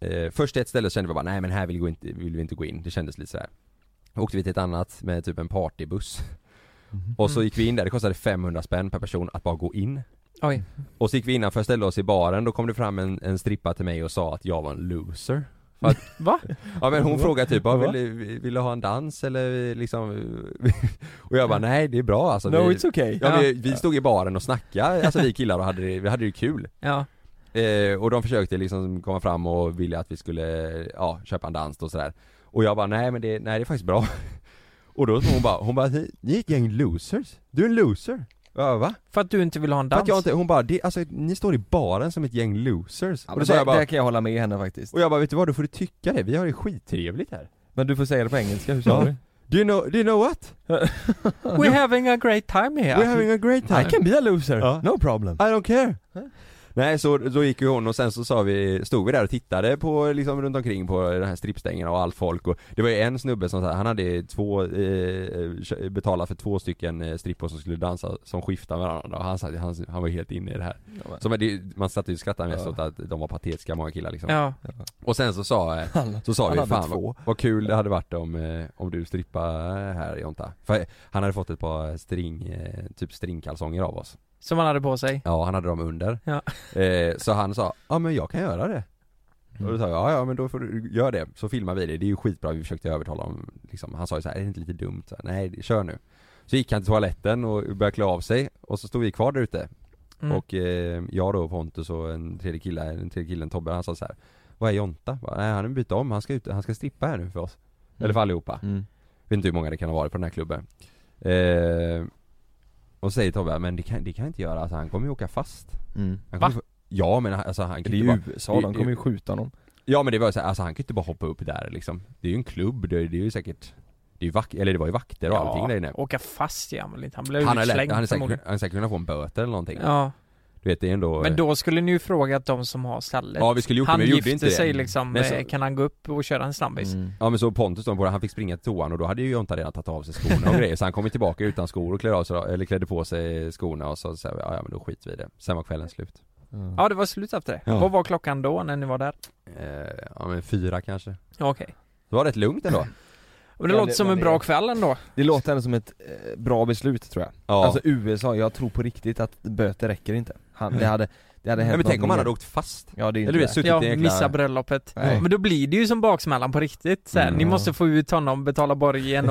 S3: eh, Först ett ställe kände vi bara, nej men här vill vi, gå inte, vill vi inte gå in, det kändes lite såhär Åkte vi till ett annat med typ en partybuss Och så
S4: Mm.
S3: gick vi in där, det kostade 500 spänn per person att bara gå in
S4: oj.
S3: Och så gick vi innanför, ställde oss i baren, då kom det fram en, en strippa till mig och sa att jag var en loser För att,
S4: Va?
S3: Ja men hon
S2: Va?
S3: frågade typ, ah,
S2: Va?
S3: vill, du- vill du ha en dans eller liksom? Och jag bara, nej det är bra alltså
S2: No
S3: vi,
S2: it's okay.
S3: ja,
S4: Ja.
S3: Vi, vi stod i baren och snackade, alltså vi killar och hade det, vi hade det kul
S4: Ja,
S3: eh, Och de försökte liksom komma fram och ville att vi skulle, ja, köpa en dans och sådär Och jag bara, nej men det, nej det är faktiskt bra Och då sa hon bara, hon bara, ni ni är ett gäng losers, du är en loser Och jag bara, va?
S4: för att du inte vill ha en
S3: För att
S4: dans?
S3: jag inte, hon bara, det, alltså ni står i baren som ett gäng losers
S2: Ja,
S3: Och
S2: men
S3: då sa
S2: det,
S3: jag bara,
S2: det kan jag hålla med henne faktiskt.
S3: och jag bara, vet du vad, då får du tycka det, vi har det skittrevligt här
S2: Men du får säga det på engelska, hur sa
S3: Ja.
S2: du?
S3: Do you know, do you know what?
S4: We're having a great time here!
S3: We're having a great time
S2: I can be a loser,
S3: Ja.
S2: no problem.
S3: I don't care! Nej så då gick ju hon och sen så sa vi, stod vi där och tittade på liksom runt omkring på den här strippstängerna och allt folk och Det var ju en snubbe som så här, han hade två, eh, kö- betalat för två stycken eh, strippor som skulle dansa, som skiftade med varandra och han, satt, han, han var helt inne i det här så, men det, Man satt ju och skrattade mest
S2: Ja.
S3: åt att de var patetiska många killar liksom
S4: Ja,
S3: Och sen så sa, eh,
S2: Han-
S3: så sa
S2: han
S3: vi
S2: hade
S3: fan
S2: två."
S3: vad, vad kul det hade varit om, eh, om du strippade här Jonta För han hade fått ett par string, eh, typ stringkalsonger av oss
S4: som han hade på sig.
S3: Ja, han hade dem under.
S4: Ja.
S3: Eh, så han sa, ja men jag kan göra det. Och då sa jag, ja ja men då får du, gör det. Så filmar vi det, det är ju skitbra, vi försökte övertala honom liksom. Han sa ju så här, är det inte lite dumt? Så, här, Nej, det- kör nu. Så gick han till toaletten och började klä av sig, och så stod vi kvar där ute.
S4: Mm.
S3: Och eh, jag då, Pontus och en tredje kille, den tredje killen Tobbe, han sa så här, vad är Jonta? Jag bara, Nej han har bytt om, han ska, ut, han ska strippa här nu för oss. Eller för allihopa.
S2: Mm.
S3: Vet inte hur många det kan ha varit på den här klubben eh, Och säger Tobbe, men det kan, det kan jag inte göra, alltså, han kommer ju åka fast
S2: Mm.
S3: han
S4: Va?
S3: kommer ju få- Ja men han- alltså han
S2: Det
S3: kan
S2: är
S3: ju
S2: ju
S3: inte bara,
S2: USA, de kommer ju skjuta honom.
S3: Ja men det var ju så här, alltså han kan ju inte bara hoppa upp där liksom Det är ju en klubb, det är, det är ju säkert Det är ju vak- eller det var ju vakter och allting där inne
S4: Åka fast i han väl inte? Han blev
S3: Han har
S4: utslängd
S3: lätt- han är säkert,
S4: förmodligen.
S3: han är säkert kunnat få en böter eller någonting
S4: Ja,
S3: Du vet det är ändå
S4: men då skulle ni ju frågat de som har stallet.
S3: Ja vi skulle gjort det
S4: han
S3: men vi gjorde
S4: gifte
S3: inte
S4: sig
S3: det
S4: liksom,
S3: Nej, så-
S4: eh, kan han gå upp och köra en snabbis?
S2: Mm.
S3: Ja men så Pontus då, han fick springa till toan och då hade ju Jonta redan tagit av sig skorna och grejer så han kom ju tillbaka utan skor och klädde, av sig, eller klädde på sig skorna och så sa vi, ja ja, men då skiter vi i det. Sen var kvällen slut.
S2: Mm.
S4: Ja, det var slut efter det.
S3: Ja.
S4: Vad var klockan då när ni var där?
S3: Eh, ja men fyra kanske.
S4: Ja, Okej.
S3: Det var rätt lugnt ändå.
S4: Men det
S2: Ja,
S4: låter
S2: det-
S4: som
S2: men
S4: en
S2: det-
S4: bra kväll ändå.
S2: Det låter ändå som ett eh, bra beslut tror jag.
S3: Ja.
S2: Alltså USA, jag tror på riktigt att böter räcker inte. Han, det hade, det hade hänt
S3: Nej, men tänk om
S2: något
S3: han
S2: mer.
S3: hade åkt fast.
S2: Ja det är ju inte
S3: Eller du
S2: det.
S3: vet, suttit
S4: Ja,
S3: i en jäkla-
S4: missa bröllopet.
S2: Nej.
S4: Men då blir det ju som baksmällan på riktigt sen.
S3: Mm.
S4: Ni måste få ut honom, betala borgen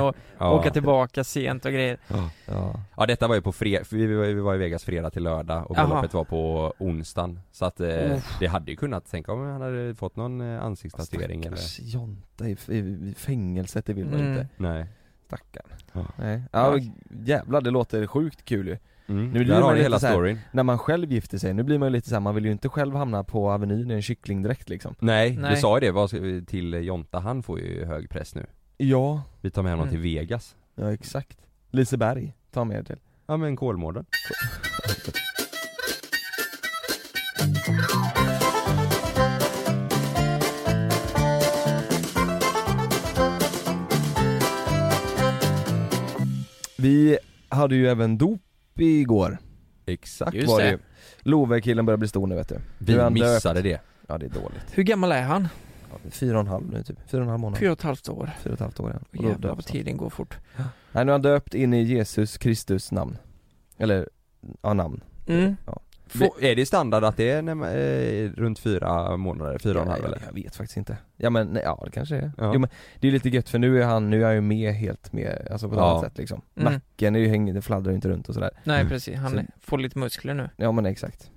S4: och
S3: ja.
S4: åka tillbaka sent och grejer.
S2: Ja.
S3: Ja detta var ju på fredag, vi var, vi var i Vegas fredag till lördag och
S4: Jaha.
S3: bröllopet var på onsdagen. Så att eh,
S4: Uff.
S3: det hade ju kunnat, tänk om han hade fått någon eh, ansiktstatuering eller?
S2: Stackars Jonta i, f- i fängelset, det vill man
S4: Mm.
S2: inte.
S3: Nej.
S2: Stackarn.
S3: Ja.
S2: Nej. Ja, och jävlar det låter sjukt kul ju.
S3: Mm.
S2: blir
S3: Där
S2: man
S3: har ni
S2: lite
S3: hela
S2: så här-
S3: storyn.
S2: När man själv gifter sig, nu blir man ju lite såhär, man vill ju inte själv hamna på Avenyn i en kycklingdräkt liksom.
S3: Nej,
S4: Nej.
S3: du sa ju det, vad ska vi- till Jonta, han får ju hög press nu.
S2: Ja,
S3: Vi tar med honom
S4: Mm.
S3: till Vegas.
S2: ja exakt. Liseberg, ta med er till.
S3: Ja men Kolmården.
S2: Vi hade ju även dop igår.
S3: Exakt
S4: Just
S3: var det.
S4: det.
S3: ju.
S2: Lovekillen börjar bli stor nu vet du. Nu är
S3: Vi
S2: han döpt.
S3: missade det.
S2: Ja det är dåligt.
S4: Hur gammal är han?
S2: Ja, Fyra och en halv nu typ, fyra och en halv månad.
S4: Fyra och ett halvt år.
S2: Fyra och ett halvt år igen. Och då
S4: Jävlar vad
S2: döps han.
S4: tiden går fort.
S2: Nej nu är han döpt in i Jesus Kristus namn. Eller, ja namn.
S4: Mm.
S2: Ja.
S4: Få,
S3: Är det standard att det är när man, eh, runt fyra månader, fyra och en halv
S2: jag,
S3: eller?
S2: jag vet faktiskt inte. Ja men nej, ja det kanske är.
S3: Ja.
S2: Jo, men det är lite gött för nu är han, nu är han ju med helt med, alltså på ett
S3: Ja.
S2: annat sätt liksom.
S4: Mm.
S2: Nacken är ju häng, den fladdrar ju inte runt och sådär.
S4: nej precis, han
S2: Mm. Så-
S4: får lite muskler nu.
S2: Ja men exakt.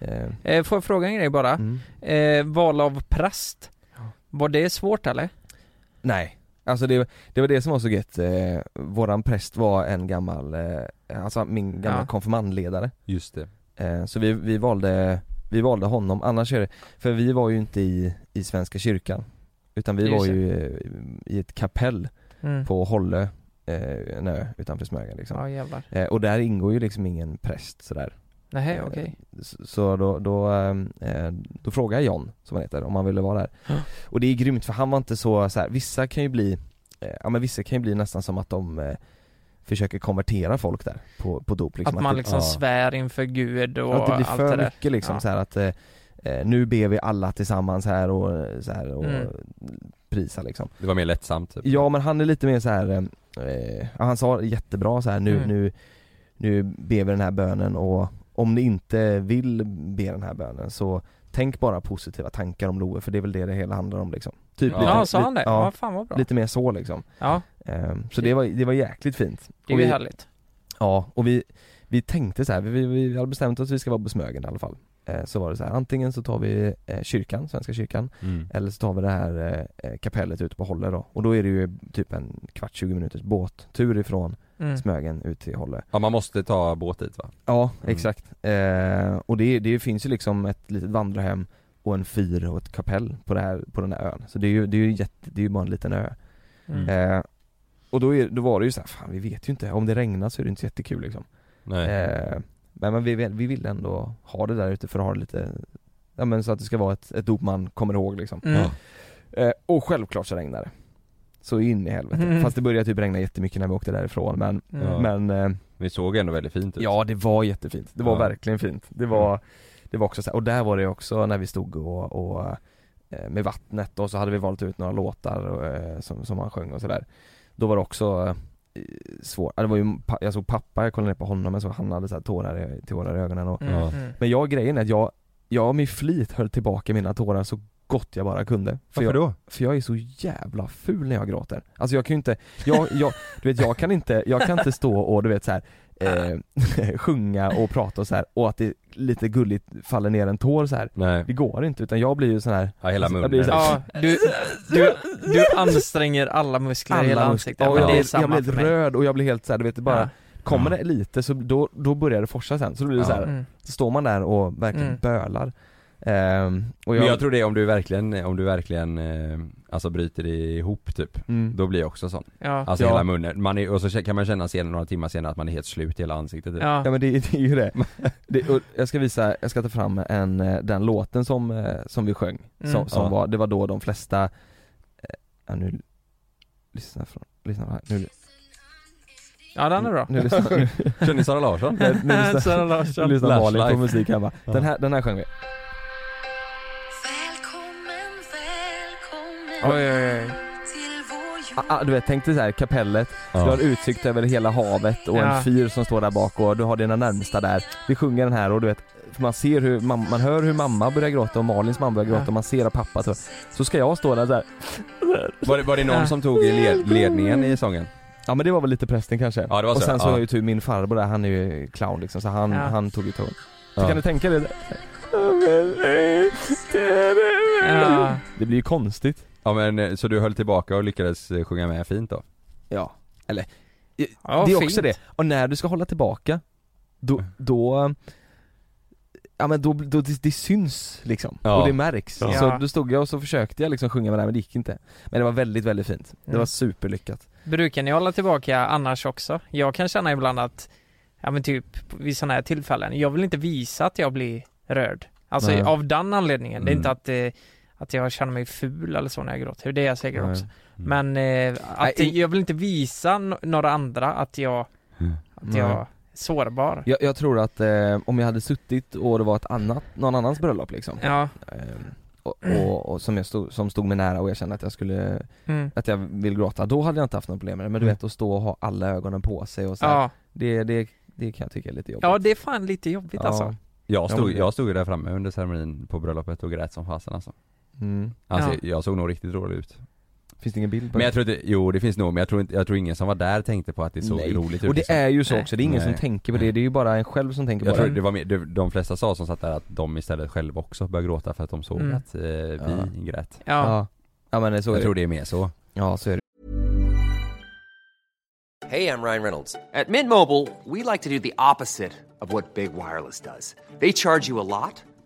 S2: Eh,
S4: Eh, får jag fråga en grej bara?
S2: mm.
S4: Eh, val av präst.
S2: Ja.
S4: Var det svårt eller?
S2: Nej. Alltså det, det var det som var så gött, eh, våran präst var en gammal, eh, alltså min gamla
S4: Ja.
S2: konfirmandledare.
S3: Just det.
S2: Eh, så vi, vi valde, vi valde honom, annars är det, för vi var ju inte i, i Svenska kyrkan. Utan vi
S4: Just
S2: var
S4: det.
S2: ju eh, i ett kapell
S4: Mm.
S2: på Hållö, eh, en ö utanför Smögen liksom.
S4: Ja jävlar.
S2: Eh, och där ingår ju liksom ingen präst sådär.
S4: Nej,
S2: Eh,
S4: okej.
S2: Så, så då, då, ehm, eh, då frågade jag John, som han heter, om han ville vara där.
S4: Ja.
S2: Och det är grymt för han var inte så, så här, vissa kan ju bli, eh, ja men vissa kan ju bli nästan som att de eh, försöker konvertera folk där på, på dop liksom.
S4: Att man
S2: det-
S4: liksom
S3: ja.
S4: svär inför Gud och
S2: att det blir
S4: allt
S2: för
S4: det där.
S2: mycket liksom
S4: Ja.
S2: så här att eh, eh, nu ber vi alla tillsammans här och eh, så här och
S4: Mm.
S2: prisa liksom.
S3: Det var mer lättsamt typ.
S2: Ja men han är lite mer så här eh, ja, han sa jättebra så här nu,
S4: Mm.
S2: nu, nu ber vi den här bönen och om ni inte vill be den här bönen så tänk bara positiva tankar om Loe för det är väl det det hela handlar om liksom. Typ
S3: Ja.
S4: Ja, sa han det?
S2: lite-
S4: Ja,
S2: Ja,
S4: fan vad bra.
S2: lite mer så liksom.
S4: Ja,
S2: Ehm, så det var, det var jäkligt fint.
S4: det är
S2: Och
S4: ju
S2: vi-
S4: härligt.
S2: Ja, och vi, vi tänkte så här, vi, vi, vi hade bestämt oss att vi ska vara på Smögen i alla fall. Eh, så var det så här, antingen så tar vi eh, kyrkan, Svenska kyrkan,
S3: Mm.
S2: eller så tar vi det här eh, kapellet ute på Hålle då. Och då är det ju typ en kvart, 20 minuters båttur ifrån
S4: Mm.
S2: Smögen ut till Hålle.
S3: Ja man måste ta båt dit va?
S2: Ja,
S3: Mm.
S2: exakt. Eh, och det, det finns ju liksom ett litet vandrarhem och en fyr och ett kapell på, det här, på den här ön. Så det är ju, det är ju, jätte, det är ju bara en liten ö.
S4: Mm.
S2: Eh, och då, är, då var det ju så här, fan vi vet ju inte, om det regnar så är det inte så jättekul liksom.
S3: Nej.
S2: Eh, men men vi, vill- vi vill ändå ha det där ute för att ha det lite Ja men så att det ska vara ett, ett dop man kommer ihåg liksom.
S4: Mm.
S3: Ja.
S2: Eh, och självklart så regnar det. Så in i helvete.
S4: Mm.
S2: Fast det började typ regna jättemycket när vi åkte därifrån men,
S4: Mm.
S3: Ja.
S2: men eh,
S3: Vi såg ändå väldigt fint ut.
S2: ja det var jättefint. Det var
S3: Ja. Mm.
S2: verkligen fint. Det var, det var också så här, och där var det också när vi stod och, och eh, med vattnet och så hade vi valt ut några låtar och, eh, som, som han sjöng och sådär. Då var det också eh, svårt, Ja, det var ju, pa- jag såg pappa, jag kollade ner på honom, jag såg han hade så här tårar, i, tårar i ögonen och
S4: Mm.
S3: Ja.
S4: Mm.
S2: men jag grejen är att jag, jag med flit höll tillbaka mina tårar så gott jag bara kunde. För
S3: Varför
S2: jag,
S3: då?
S2: för jag är så jävla ful när jag gråter. Alltså jag kan ju inte, jag, jag, du vet jag kan inte, jag kan inte stå och du vet så här, eh, sjunga och prata och så här och att det lite gulligt faller ner en tår så här.
S3: Nej.
S2: Det går inte utan jag blir ju sån här
S3: Ja, hela
S2: Alltså, jag
S3: munnen.
S2: blir så-
S4: Ja, du, du, du anstränger alla muskler i hela
S2: Alla
S4: ansiktet.
S2: muskler- och
S4: men
S2: jag,
S4: det är
S2: blir- jag
S4: samma
S2: blir
S4: för
S2: helt
S4: mig.
S2: röd och jag blir helt så här, du vet det bara
S4: Ja.
S2: Kommer det lite så då, då börjar det forsa sen, så då blir det
S3: Ja.
S2: så här,
S4: Mm.
S2: så står man där och verkligen
S4: Mm.
S2: bölar. Ehm, och
S3: Men jag typ tror det är om du verkligen, om du verkligen eh, alltså bryter ihop typ.
S2: mm.
S3: Då blir jag också sån.
S4: Ja.
S3: Alltså
S2: Ja.
S3: hela munnen. Man är, och så kan man känna senare, några timmar senare att man är helt slut i hela ansiktet typ.
S4: Ja.
S2: Ja men det, det är ju det. det och jag ska visa, jag ska ta fram en, eh, den låten som, eh, som vi sjöng,
S4: Mm.
S2: som, som
S3: Ja.
S2: var, det var då de flesta, eh, ja nu, lyssna från, lyssna här, nu,
S4: ja, den är bra.
S2: nu lyssnar, nu,
S3: Känner ni Sara Larsson?
S2: nu, nu lyssnar,
S4: Sara
S2: nu
S4: Larsson.
S2: lyssnar
S3: Lash
S2: Malin på
S3: Life.
S2: musik hemma. Den här, den här sjöng vi.
S5: Välkommen, välkommen
S4: Oj, oj, oj.
S5: till vår jord.
S2: Ah, ah, du vet, tänk dig så här, kapellet, du har
S3: Ja.
S2: utsikt över hela havet och
S4: Ja.
S2: en fyr som står där bak och du har dina närmsta där. Vi sjunger den här och du vet, för man ser hur, mam- man hör hur mamma börjar gråta och Malins mamma börjar gråta
S4: Ja.
S2: och man ser att pappa så, så ska jag stå där så här.
S3: Var, det, var det
S4: Ja.
S3: någon som tog i led, ledningen i sången?
S2: Ja men det var väl lite prästen kanske.
S3: Ja, det var
S2: och
S3: så,
S2: sen så
S3: ja.
S2: har ju tur min farbror där, han är ju clown liksom så han,
S4: Ja.
S2: han tog ju ton. Så
S3: Ja.
S2: kan du tänka dig
S4: Ja.
S2: Det blir ju konstigt.
S3: Ja men eh, så du höll tillbaka och lyckades eh, sjunga med fint då?
S2: Ja.
S4: Ja,
S2: det är
S4: fint.
S2: också det. Och när du ska hålla tillbaka, då, då Ja men då, då det, det syns liksom,
S3: Ja.
S2: och det märks.
S4: Ja.
S2: Så då stod jag och så försökte jag liksom sjunga med det här men det gick inte. Men det var väldigt väldigt fint. Det
S4: Mm.
S2: var superlyckat.
S4: Brukar ni hålla tillbaka annars också? Jag kan känna ibland att, ja men typ vid sådana här tillfällen, jag vill inte visa att jag blir rörd. Alltså
S2: Nej.
S4: av den anledningen. Det är
S3: Mm.
S4: inte att, eh, att jag känner mig ful eller så när jag gråter. Det är jag säkert
S2: Nej.
S4: också.
S2: Mm.
S4: Men eh, att
S2: Nej, i-
S4: jag vill inte visa no- några andra att jag,
S3: Mm.
S4: att jag
S2: Nej.
S4: är sårbar.
S2: Jag, jag tror att eh, om jag hade suttit och det var ett annat, någon annans bröllop liksom,
S4: Ja.
S2: Ehm, och, och, och som, jag stod, som stod mig nära och jag kände att jag skulle,
S4: Mm.
S2: att jag vill gråta, då hade jag inte haft några problem med det men du
S3: Mm.
S2: vet att stå och ha alla ögonen på sig och så här,
S4: Ja.
S2: det, det, det kan jag tycka är lite jobbigt
S4: ja, det är fan lite jobbigt
S2: Ja.
S4: alltså.
S3: Jag
S2: Ja,
S3: stod,
S2: men det-
S3: jag stod ju där framme under ceremonin på bröllopet och grät som fasen alltså.
S2: mm.
S3: Alltså
S4: Ja.
S3: jag såg nog riktigt rolig ut.
S2: Finns det ingen bild på
S3: Men
S2: det?
S3: jag tror inte, jo det finns nog, men jag tror inte, jag tror ingen som var där tänkte på att det såg
S2: Nej.
S3: roligt ut
S2: Och det
S3: liksom.
S2: är ju så
S4: Nej.
S2: också, det är ingen
S3: Nej.
S2: som tänker på det, det är ju bara en själv som tänker
S3: Jag
S2: på
S3: tror
S2: det
S3: det var mer, de, de flesta sa som satt där att de istället själva också började gråta för att de såg
S4: Mm.
S3: att eh, vi
S2: Ja.
S3: grät.
S4: Ja.
S2: ja. ja men så är
S3: jag
S2: det,
S3: tror det är mer så.
S2: ja så är det
S6: Hey, I'm Ryan Reynolds. At Mint Mobile, we like to do the opposite of what Big Wireless does. They charge you a lot,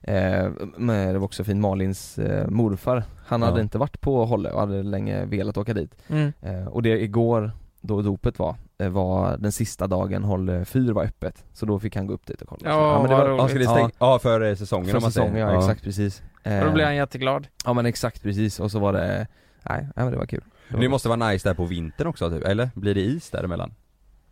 S2: Eh, men det var också fint, Malins eh, morfar, han
S3: Ja.
S2: hade inte varit på Hålle och hade länge velat åka dit
S4: Mm.
S2: Eh, och det igår, då dopet var, eh, var den sista dagen håll 4 var öppet Så då fick han gå upp dit och kolla
S4: Ja,
S2: men det
S4: vad
S2: var,
S4: roligt.
S3: Ja, ska det stänga? Ja. för eh, säsongen
S2: För
S3: om man säger.
S2: säsongen, ja, exakt precis
S4: Och då
S2: Eh,
S4: blir han jätteglad.
S2: Ja men exakt precis, och så var det, nej, nej men det var kul
S3: Men det måste vara nice där på vintern också typ, eller? Blir det is däremellan?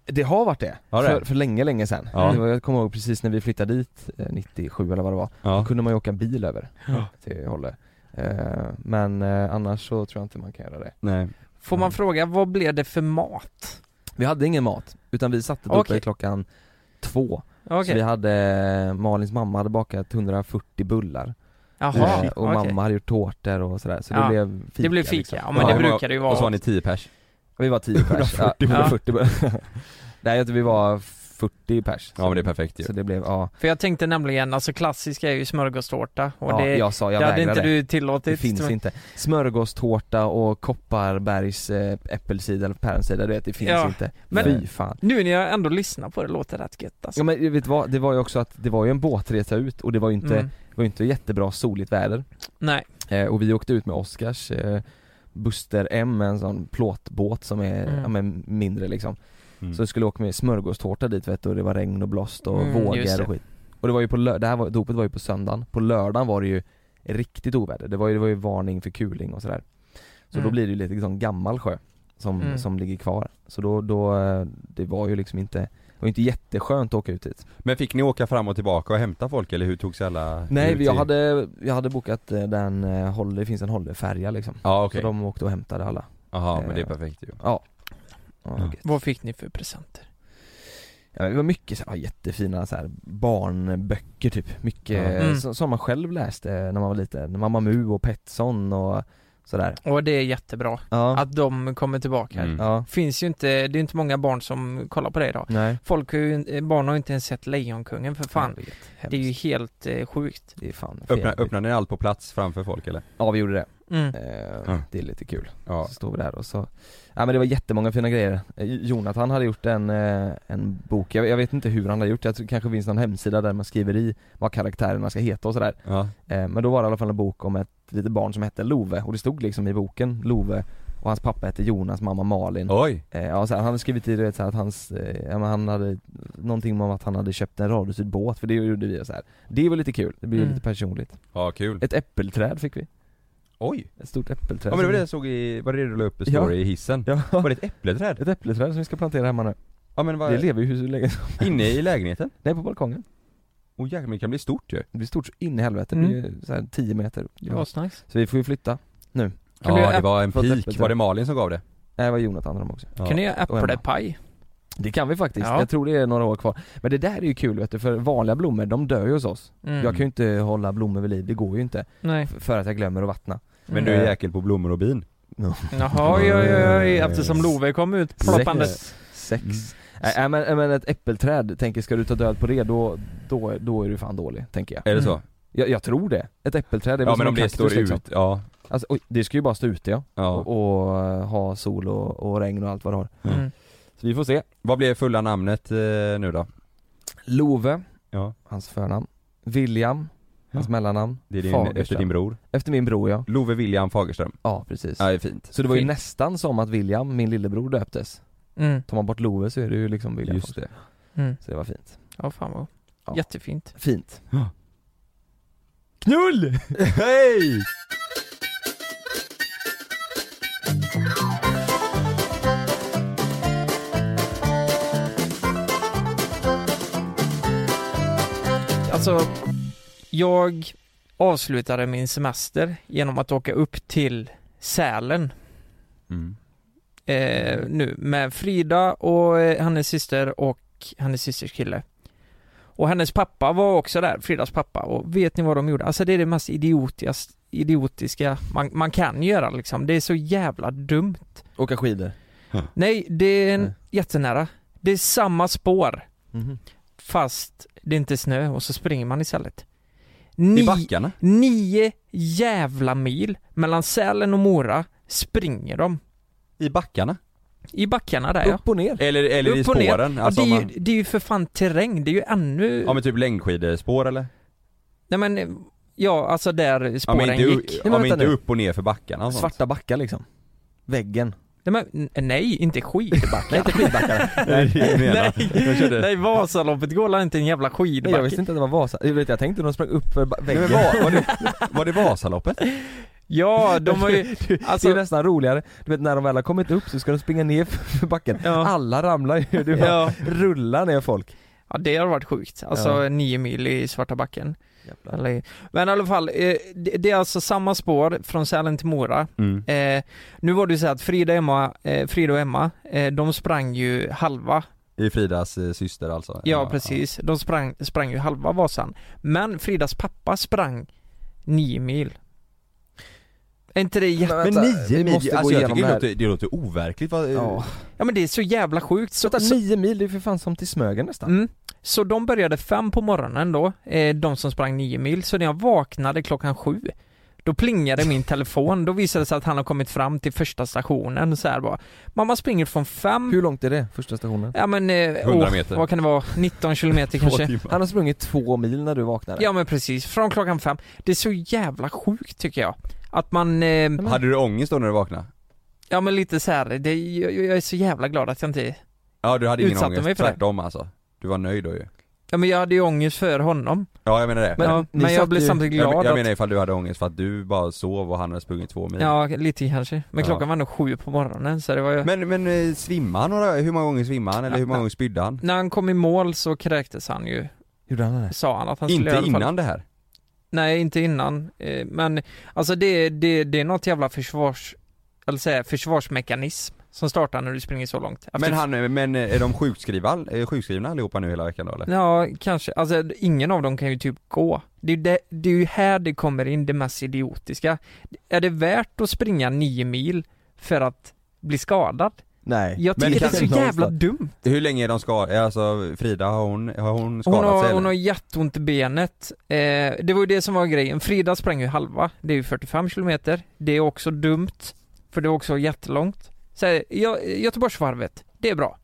S2: Det har varit det,
S3: Har det?
S2: För, för länge länge sedan
S3: Ja.
S2: det var, Jag kommer ihåg precis när vi flyttade dit, eh, 97 eller vad det var Då
S3: Ja.
S2: kunde man ju åka bil över
S3: Ja.
S2: till Hålle Eh, Men eh, annars så tror jag inte man kan göra det
S3: Nej.
S4: Får
S2: Mm.
S4: man fråga, vad blev det för mat?
S2: Vi hade ingen mat, utan vi satte uppe
S4: Okej.
S2: klockan två Så
S4: Okej,
S2: vi hade, Malins mamma hade bakat 140 bullar
S4: jaha.
S2: Eh, Och
S4: okej.
S2: mamma hade gjort tårtor och sådär, så det
S4: Ja.
S2: blev fika
S4: Det blev fika,
S2: liksom.
S4: ja men det
S3: hur många-
S4: brukar det ju vara.
S3: Och så var ni 10 pers.
S2: Vi var 10 pers, ja,
S3: 140
S2: 140 bullar Nej jag tror vi var 40 pers
S3: Ja men det är perfekt ju.
S2: Så det blev, ja,
S4: För jag tänkte nämligen, alltså klassiska är ju smörgåstårta och
S2: ja
S4: det,
S2: jag sa, jag
S4: det hade
S2: vägrade
S4: inte du
S2: Det,
S4: tillåtit.
S2: finns inte Smörgåstårta och Kopparbergs eh, äppelcider eller päronsider, du vet, det finns
S4: Ja,
S2: inte
S4: men-
S2: Fy fan
S4: Nu när jag ändå lyssnar på det låter det rätt gött alltså.
S2: Ja men vet du vad, det var ju också att det var ju en båtresa ut och det var ju inte,
S4: Mm.
S2: det var ju inte jättebra soligt väder
S4: Nej,
S2: Eh, och vi åkte ut med Oscars eh, Buster M, en sån plåtbåt som är
S4: Mm.
S2: ja, men mindre liksom
S3: Mm.
S2: Så vi skulle åka med smörgåstårta dit vet du och det var regn och blåst och
S4: Mm, just
S2: vågor
S4: det.
S2: och skit Och det var ju på lö- det här var, dopet var ju på söndagen, på lördagen var det ju riktigt oväder, det var ju, det var ju varning för kuling och sådär Så då
S4: Mm.
S2: blir det ju lite liksom gammal sjö som,
S4: Mm.
S2: som ligger kvar Så då, då, eh, det var ju liksom inte, det var ju inte jätteskönt att åka ut dit
S3: Men fick ni åka fram och tillbaka och hämta folk eller hur togs alla
S2: Nej
S3: ut
S2: vi- jag
S3: i-
S2: hade, jag hade bokat eh, den, eh, Holle, det finns en Hollefärja liksom
S3: Ja okej,
S2: Så de åkte och hämtade alla
S3: jaha
S2: eh,
S3: men det är perfekt ju.
S2: Ja,
S3: Ja.
S2: gött.
S4: vad fick ni för presenter?
S2: Ja, men det var mycket så här, jättefina så här, barnböcker typ, mycket
S3: Ja.
S4: Mm.
S2: så, som man själv läste när man var liten, Mamma Mu och Petson och sådär
S4: Och det är jättebra
S2: Ja,
S4: att de kommer tillbaka.
S3: Mm.
S2: ja,
S4: Finns ju inte, det är inte många barn som kollar på det idag.
S2: nej
S4: Folk har ju, barn har ju inte ens sett Lejonkungen för fan.
S2: Jag vet, hemskt.
S4: Det är ju helt eh, sjukt.
S2: det är fan för
S3: Öppna,
S2: jävligt.
S3: öppnade ni allt på plats framför folk eller?
S2: Ja vi gjorde det,
S4: Mm.
S2: eh,
S3: Ja.
S2: det är lite kul,
S3: Ja.
S2: så står vi där och så Ja men det var jättemånga fina grejer, Eh, Jonathan hade gjort en, eh, en bok, jag, jag vet inte hur han hade gjort, jag tror kanske finns någon hemsida där man skriver i vad karaktärerna ska heta och sådär
S3: Ja.
S2: Eh, Men då var det i alla fall en bok om ett litet barn som hette Love och det stod liksom i boken Love och hans pappa hette Jonas, mamma Malin
S3: Oj!
S2: eh, ja, så här, Han hade skrivit i du vet, så här, att hans, eh, ja, men han hade någonting om att han hade köpt en radiostyrd båt för det gjorde vi så här. Det var lite kul, det blev
S4: Mm.
S2: lite personligt
S3: Ja kul.
S2: Ett äppelträd fick vi,
S3: Oj!
S2: ett stort äppelträd
S3: Ja men det var det
S2: som-
S3: jag såg i, var det det du la upp i
S2: Alltså Ja.
S3: story i hissen? Var
S2: Ja,
S3: det ett äppleträd?
S2: ett äppelträd som vi ska plantera hemma nu
S3: Ja men
S2: Det
S3: var,
S2: lever ju hur länge som
S3: inne i lägenheten?
S2: Nej på balkongen,
S3: Åh jäklar men det kan bli stort ju.
S2: det blir stort så in i helvete, det
S3: Mm.
S2: blir så här 10 meter upp.
S4: Det var nice.
S2: Så vi får ju flytta
S4: Kan du
S3: Ja
S4: göra
S3: det var en
S2: äpp- fått
S3: pik,
S2: äppleträd?
S3: var det Malin som gav det?
S2: Nej det var Jonathan och de också
S3: Ja.
S4: Kan ni göra
S2: och Emma.
S4: äpplepaj?
S2: Det kan vi faktiskt,
S4: Ja.
S2: jag tror det är några år kvar. Men det där är ju kul vet du, för vanliga blommor de dör ju hos oss.
S4: Mm.
S2: Jag kan ju inte hålla blommor vid liv, det går ju inte.
S4: Nej. Eh,
S2: F- För att jag glömmer att vattna.
S3: Men du
S2: Eh.
S3: är jäkel på blommor och bin?
S4: Jaha, oj, oj, oj, eftersom Love kom ut ploppandes.
S2: Sex.
S3: Mm.
S2: Sex. Nej äh, men, äh, men ett äppelträd, tänker ska du ta död på det då, då, då är du fan dålig, tänker jag.
S3: Är det
S4: Mm.
S3: så?
S2: Jag, jag tror det. Ett äppelträd är väl
S3: Ja
S2: som
S3: men
S2: en
S3: om det
S2: kaktus,
S3: står
S2: liksom.
S3: ut, ja.
S2: Alltså, oj, det ska ju bara stå ute ja.
S3: ja.
S2: Och, och eh, ha sol och, och regn och allt vad det har.
S4: Mm.
S2: Så vi får se.
S3: Vad blev fulla namnet eh, nu då?
S2: Love,
S3: Ja.
S2: hans förnamn. William, hans
S3: Ja.
S2: mellannamn.
S3: Det är din,
S2: Fagerström.
S3: efter din bror?
S2: Efter min bror ja.
S3: Love William Fagerström?
S2: Ja precis.
S3: Ja det är fint.
S2: Så det var ju
S4: Fint.
S2: nästan som att William, min lillebror, döptes.
S4: Mm.
S2: Tar man bort Love så är det ju liksom William.
S3: Just det.
S4: Mm.
S2: Så det var fint.
S4: Ja, fan vad
S2: Ja.
S4: jättefint.
S2: Fint.
S3: Ja.
S2: Knull!
S3: Hej!
S4: Alltså, jag avslutade min semester genom att åka upp till Sälen
S3: Mm.
S4: eh, nu med Frida och eh, hennes syster och hennes systers kille. Och hennes pappa var också där, Fridas pappa, och vet ni vad de gjorde? Alltså det är det mest idiotiska, idiotiska man, man kan göra liksom. Det är så jävla dumt.
S2: Åka skidor.
S4: Nej, det är en,
S2: Nej.
S4: jättenära. Det är samma spår
S2: Mhm.
S4: fast det är inte snö och så springer man istället.
S3: I
S4: Ni,
S3: backarna?
S4: nio jävla mil mellan Sälen och Mora springer de.
S3: I backarna?
S4: I backarna där ja.
S2: Upp och ner.
S3: Eller, eller i
S4: Upp och ner.
S3: spåren?
S4: Och
S3: Alltså,
S4: det, är
S3: om
S4: ju,
S3: man,
S4: det är ju för fan terräng, det är ju ännu...
S3: ja men typ längdskidespår eller?
S4: Nej men, ja alltså där
S3: Ja men
S4: spåren
S3: inte,
S4: gick.
S2: men
S3: ja, men
S2: vänta nu.
S3: inte upp och ner för backarna och sånt.
S2: Svarta backar liksom. Väggen.
S4: Nej, men, n- nej inte skidbackar.
S3: Nej inte skidbackar. Nej, jag menar.
S4: Nej,
S3: Jag körde-
S4: nej Vasaloppet går väl inte en jävla
S2: Nej, jag
S4: skidbacke?
S2: visste inte att det var Vasa, jag, vet, jag tänkte att de sprang upp för ba-
S3: Nej,
S2: väggen
S3: men var, var, det, var det Vasaloppet?
S4: Ja, de har ju,
S2: Alltså, det är
S4: alltså,
S2: nästan roligare, du vet när de väl har kommit upp så ska de springa ner för backen,
S4: Ja.
S2: alla ramlar ju, du bara
S4: ja,
S2: rullar ner folk
S4: ja det har varit sjukt. Alltså
S2: Ja.
S4: nio mil i svarta backen. Eller, men i alla fall, eh, det, det är alltså samma spår från Sälen till Mora.
S3: Mm.
S4: Eh, nu var det ju så här att Frida, och Emma, eh, Frida och Emma, eh, de sprang ju halva
S3: I Fridas eh, syster alltså?
S4: Ja precis, de sprang, sprang ju halva Vasan Men Fridas pappa sprang nio mil Är inte det jä-
S3: Men nio
S2: vi
S3: mil,
S2: måste
S3: alltså
S2: gå
S3: jag
S2: igenom det
S3: tycker det
S2: här
S3: låter, det låter overkligt vad, eh,
S2: Ja,
S4: Ja men det är så jävla sjukt så,
S2: vänta,
S4: så,
S2: nio mil, det är för fan som till Smögen nästan
S4: mm, så de började fem på morgonen då, eh, de som sprang nio mil Så när jag vaknade klockan sju Då plingade min telefon, då visade det sig att han har kommit fram till första stationen så här bara Mamma springer från fem
S2: Hur långt är det, första stationen?
S4: Ja men, eh,
S3: 100
S4: åh,
S3: meter.
S4: vad kan det vara? 19 kilometer kanske?
S2: Han har sprungit två mil när du vaknade
S4: Ja men precis, från klockan fem. Det är så jävla sjukt tycker jag. Att man, eh,
S3: Hade du ångest då när du vaknade?
S4: ja men lite så här, det, jag, jag är så jävla glad att jag inte,
S3: Ja du hade ingen
S4: Utsatte mig
S3: ångest,
S4: för det.
S3: tvärtom alltså Du var nöjd då ju
S4: ja men jag hade ju ångest för honom.
S3: Ja jag menar det
S4: Men,
S2: Men
S4: ja,
S2: ni
S4: men jag
S2: satt
S4: blev
S2: ju-
S4: samtidigt glad
S3: jag, jag
S4: att,
S3: menar ifall du hade ångest för att du bara sov och han hade sprungit två mil
S4: ja lite kanske. Men
S3: Ja.
S4: klockan var nog sju på morgonen så det var ju,
S3: Men, men eh, svimmade han några, hur många gånger svimmade han eller hur många gånger spydde han?
S4: när han kom i mål så kräktes han ju,
S2: Gjorde han det?
S4: sa han att han skulle
S3: Inte
S4: i alla fall-
S3: innan det här?
S4: Nej inte innan, eh, men alltså det, det, det är något jävla försvars, eller säga försvarsmekanism som startar när du springer så långt. Efter
S3: Men, han, men är de sjukskriva, är sjukskrivna allihopa nu hela veckan då eller?
S4: Ja, kanske. Alltså ingen av dem kan ju typ gå. Det är, ju det, det är ju här det kommer in det mest idiotiska. Är det värt att springa nio mil för att bli skadad?
S2: Nej
S4: Jag
S3: Men
S4: tycker det
S3: det
S4: är så
S3: kanske
S4: jävla dumt.
S3: Hur länge är de skadade? Alltså Frida, har hon, har hon skadat
S4: Hon har,
S3: sig
S4: hon
S3: eller?
S4: har jätteont i benet. Eh, det var ju det som var grejen. Frida sprang ju halva. Det är ju 45 kilometer. Det är också dumt. För det är också jättelångt. Så här, Gö- Göteborgsvarvet, det är bra.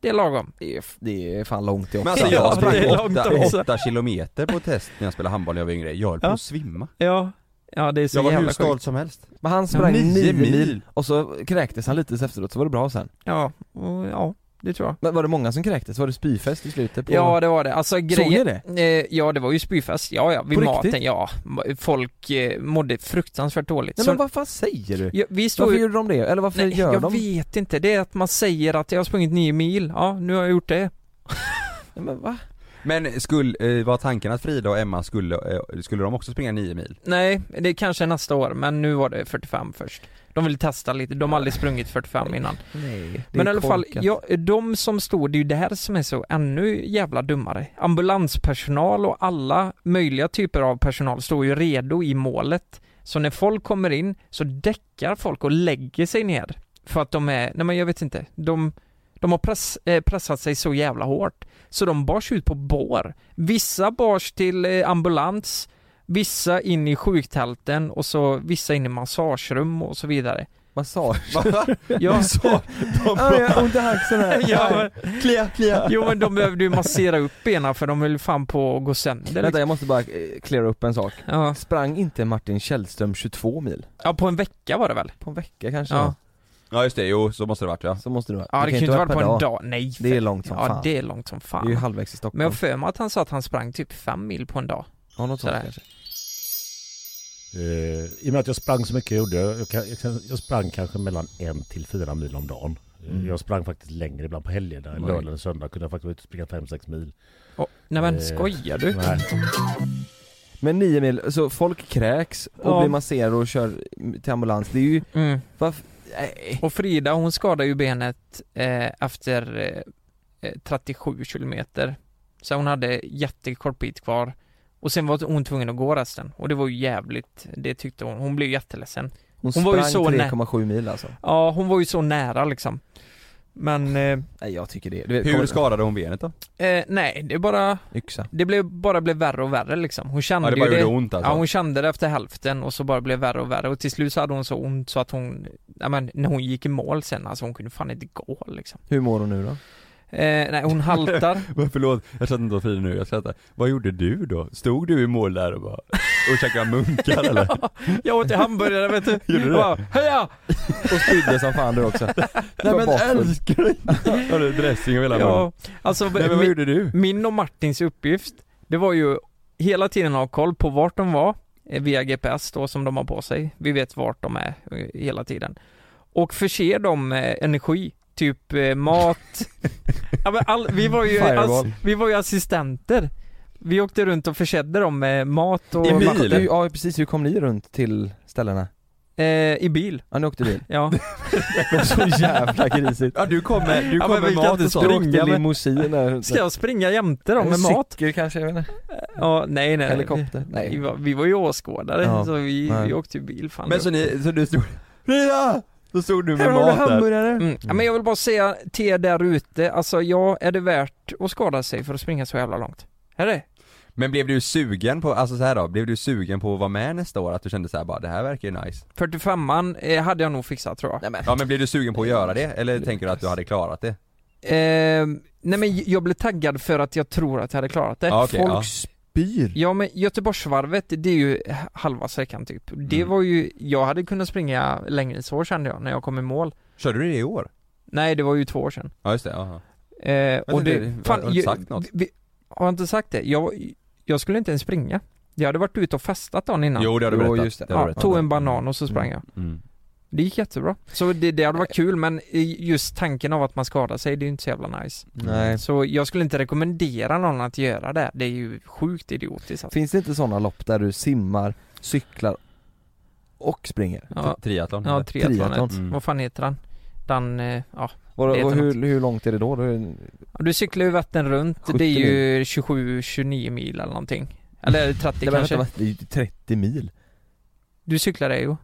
S4: Det är lagom.
S2: Det är- Det är fan långt det
S3: Men
S2: också
S3: alltså
S4: Ja,
S3: jag
S4: det är
S3: sprang
S4: långt
S3: åtta,
S4: också.
S3: åtta kilometer på test när jag spelade handboll när jag var yngre, jag höll på
S4: Ja.
S3: att svimma
S4: Ja. Ja det är så
S3: Jag var hur
S4: jävla sjukt.
S3: stolt som helst
S2: Men han sprang
S3: Nio
S2: nio
S3: mil.
S2: mil. och så kräktes han lite efteråt, så var det bra sen
S4: Ja, och, ja, det tror jag.
S2: Men var det många som kräktes? Var det spyfest i slutet på...
S4: Ja det var det, alltså
S2: Såg
S4: grejen
S2: ni det?
S4: Eh, ja det var ju spyfest, ja ja, vid
S2: På
S4: maten,
S2: riktigt?
S4: ja. M- Folk eh, mådde fruktansvärt dåligt.
S2: Nej
S4: Så,
S2: men vad fan säger du?
S4: ja, vi stod
S2: Varför
S4: ju,
S2: gjorde de det? Eller varför
S4: nej,
S2: gör
S4: jag
S2: de?
S4: vet inte, det är att man säger att jag har sprungit nio mil, ja nu har jag gjort det.
S2: Nej, men va?
S3: Men skulle, eh, var tanken att Frida och Emma skulle, eh, skulle de också springa nio mil?
S4: Nej, det är kanske nästa år, men nu var det 45 först. De ville testa lite, de har aldrig sprungit 45 innan.
S2: Nej,
S4: Men i alla fall, ja, de som står, det är ju det här som är så ännu jävla dummare. Ambulanspersonal och alla möjliga typer av personal står ju redo i målet. Så när folk kommer in så däckar folk och lägger sig ner. För att de är, nej men jag vet inte, de, de har press, eh, pressat sig så jävla hårt. Så de bars ut på bår. Vissa bars till eh, ambulans, vissa in i sjuktälten och så vissa in i massagerum och så vidare.
S2: Massage?
S4: Ja,
S2: ah, jag har ont i axeln här!
S4: ja men,
S2: klia, klia!
S4: Jo men de behövde ju massera upp benen för de höll fan på att gå sönder
S2: Vänta
S4: liksom.
S2: jag måste bara eh, cleara upp en sak.
S4: ja.
S2: Sprang inte Martin Källström 22 mil?
S4: ja, på en vecka var det väl?
S2: På en vecka kanske?
S4: Ja.
S3: Ja just det, jo så måste det varit ja
S2: Så måste det vara.
S4: Ja det, kan ju inte vara på en dag, nej
S2: Det är långt som
S4: Ja
S2: fan.
S4: det är långt som
S2: Det är ju
S4: fan
S2: halvvägs i
S4: Men
S2: Stockholm.
S4: jag har för mig att han sa att han sprang typ fem mil på en dag
S2: Ja, något sånt
S4: Sådär.
S2: kanske.
S7: Eh, I och med att jag sprang så mycket jag gjorde, jag, kan- jag, kan- jag sprang kanske mellan en till fyra mil om dagen. Eh,
S2: Mm.
S7: Jag sprang faktiskt längre ibland på helgerna,
S3: Oj.
S7: lördag eller söndag kunde jag faktiskt vara ute och springa fem sex mil.
S4: och, Nej men
S7: Eh,
S4: skojar du?
S7: Nej.
S2: Men 9 mil, så folk kräks och
S4: Ja.
S2: blir masserade och kör till ambulans. Det är ju,
S4: Mm.
S2: varför? Nej.
S4: Och Frida hon skadade ju benet eh, efter eh, eh, 37 kilometer Så hon hade jättekort bit kvar Och sen var hon tvungen att gå resten och det var ju jävligt Det tyckte hon, hon blev ju jätteledsen
S2: Hon,
S4: Hon
S2: sprang
S4: var ju så nä-
S2: 3,7 mil alltså.
S4: Ja, hon var ju så nära liksom. Men, eh,
S2: Nej jag tycker det. Du vet,
S3: Hur
S2: kommer-
S3: skadade hon benet då?
S4: eh, nej, det bara,
S2: Yxa.
S4: det blev, bara blev värre och värre liksom. Hon kände
S3: Ja det
S4: ju
S3: bara
S4: det.
S3: gjorde ont alltså
S4: Ja, hon kände det efter hälften och så bara blev värre och värre och till slut så hade hon så ont så att hon, ja men när hon gick i mål sen alltså hon kunde fan inte gå liksom.
S2: Hur mår hon nu då?
S4: Eh, nej, hon haltar.
S3: Men Förlåt, jag satt inte och fin nu, jag skrattar. Vad gjorde du då? Stod du i mål där och bara och käkade munkar eller?
S4: Jag åt ju hamburgare vet du.
S3: Gjorde du det?
S4: Jag bara, Heja!
S2: Och spydde som fan du också.
S3: Nej
S2: men
S3: älskar dig! Har du dressing över hela munnen?
S4: Ja, alltså
S3: Nej men vad
S4: min,
S3: gjorde du?
S4: min och Martins uppgift, det var ju hela tiden ha koll på vart de var eh, via GPS då som de har på sig. Vi vet vart de är eh, hela tiden. Och förse dem med energi, typ eh, mat. ja, men all, vi, var ju, Alltså,
S2: Fireball.
S4: ass- vi var ju assistenter. Vi åkte runt och försedde dem med mat och
S3: I bil?
S4: vatten.
S2: Du, ja precis, hur kom ni runt till ställena?
S4: Eh, I bil,
S2: Ja ni åkte bil.
S4: ja.
S2: Det var så jävla grisigt.
S3: Ja du kom med, du
S4: Ja,
S3: kom
S4: men vi
S3: med
S4: kan
S3: mat
S4: inte
S3: och
S2: Du
S3: sånt.
S4: springa.
S2: åkte
S4: Ja, men-
S2: limousiner.
S4: Ska jag springa jämte dem med mat?
S2: Cykel kanske, jag vet inte.
S4: Ja, nej nej.
S2: Helikopter?
S4: Nej. Vi,
S2: Nej.
S4: var, vi var ju åskådare,
S2: Ja.
S4: så vi,
S2: Nej.
S4: vi åkte ju bil fan.
S3: Men så ni, så du stod Frida! Så stod du med
S2: Här har du
S3: mat där.
S2: hamburgare!
S4: Mm. Ja, men jag vill bara säga till er där ute, alltså ja, är det värt att skada sig för att springa så jävla långt? Är det?
S3: Men blev du sugen på, alltså så här då, blev du sugen på att vara med nästa år? Att du kände så här bara, det här verkar ju nice?
S4: 45an eh, hade jag nog fixat tror jag.
S2: Nej men,
S3: Ja men blev du sugen på att göra det? Eller tänker du att du hade klarat det?
S4: Ehm, nej men jag blev taggad för att jag tror att jag hade klarat det.
S3: Ja, okej,
S2: folk
S3: ja.
S2: spyr!
S4: Ja men Göteborgsvarvet, det är ju halva sträckan typ. Det
S3: Mm.
S4: var ju, jag hade kunnat springa längre än så år, kände jag när jag kom i mål.
S3: Körde du det i år?
S4: Nej det var ju två år sedan.
S3: Ja just det, aha.
S4: Eh, och
S3: det-
S4: det,
S3: har-
S4: fan,
S3: har du
S4: ju-
S3: sagt något?
S4: Vi, har jag inte sagt det? Jag, jag skulle inte ens springa. Jag hade varit ute och festat dagen innan.
S3: Jo det har du
S2: Jo,
S3: berättat.
S2: just det.
S3: har du
S4: ja,
S3: berättat.
S4: tog en banan och så sprang jag.
S3: Mm.
S4: Det gick jättebra. Så det, det hade varit kul men i- just tanken av att man skadar sig, det är ju inte så jävla nice.
S2: Nej.
S4: Så jag skulle inte rekommendera någon att göra det. Det är ju sjukt idiotiskt. Alltså.
S2: Finns det inte sådana lopp där du simmar, cyklar och springer?
S4: Ja,
S3: Triathlon?
S4: ja
S3: eller?
S4: triathlonet.
S2: Triathlon.
S3: Mm.
S4: Vad fan heter han? Den, eh, ja.
S2: Och,
S4: Det heter
S2: och hur,
S4: något.
S2: hur långt är det då? då är det,
S4: Du cyklar ju vatten runt,
S2: 70
S4: det är ju 27-29 mil eller någonting. Eller är det 30
S2: det,
S4: kanske?
S2: det är ju 30 mil
S4: Du cyklar det ju.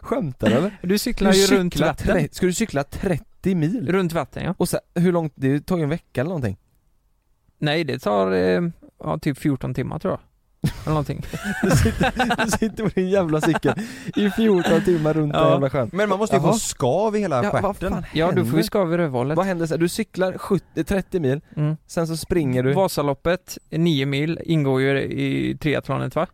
S2: Skämtar du eller?
S4: Du cyklar ju runt
S2: cyklar
S4: vatten.
S2: tre- Ska du cykla 30 mil?
S4: Runt vatten ja.
S2: Och sen, hur långt, det tar ju en vecka eller någonting
S4: Nej det tar eh, ja, typ 14 timmar tror jag. Eller någonting.
S2: Du sitter, du sitter på din jävla cykel i 14 timmar runt
S4: Ja.
S2: den jävla sjön
S3: Men man måste ju
S2: Jaha.
S3: få skav i hela
S2: ja, vad
S3: stjärten.
S2: fan
S4: Ja du får ju
S2: händer?
S4: skav i rövhålet.
S2: Vad händer sen? Du cyklar 70, 30 mil,
S4: Mm.
S2: sen så springer du
S4: Vasaloppet, 9 mil, ingår ju i triathlonet va?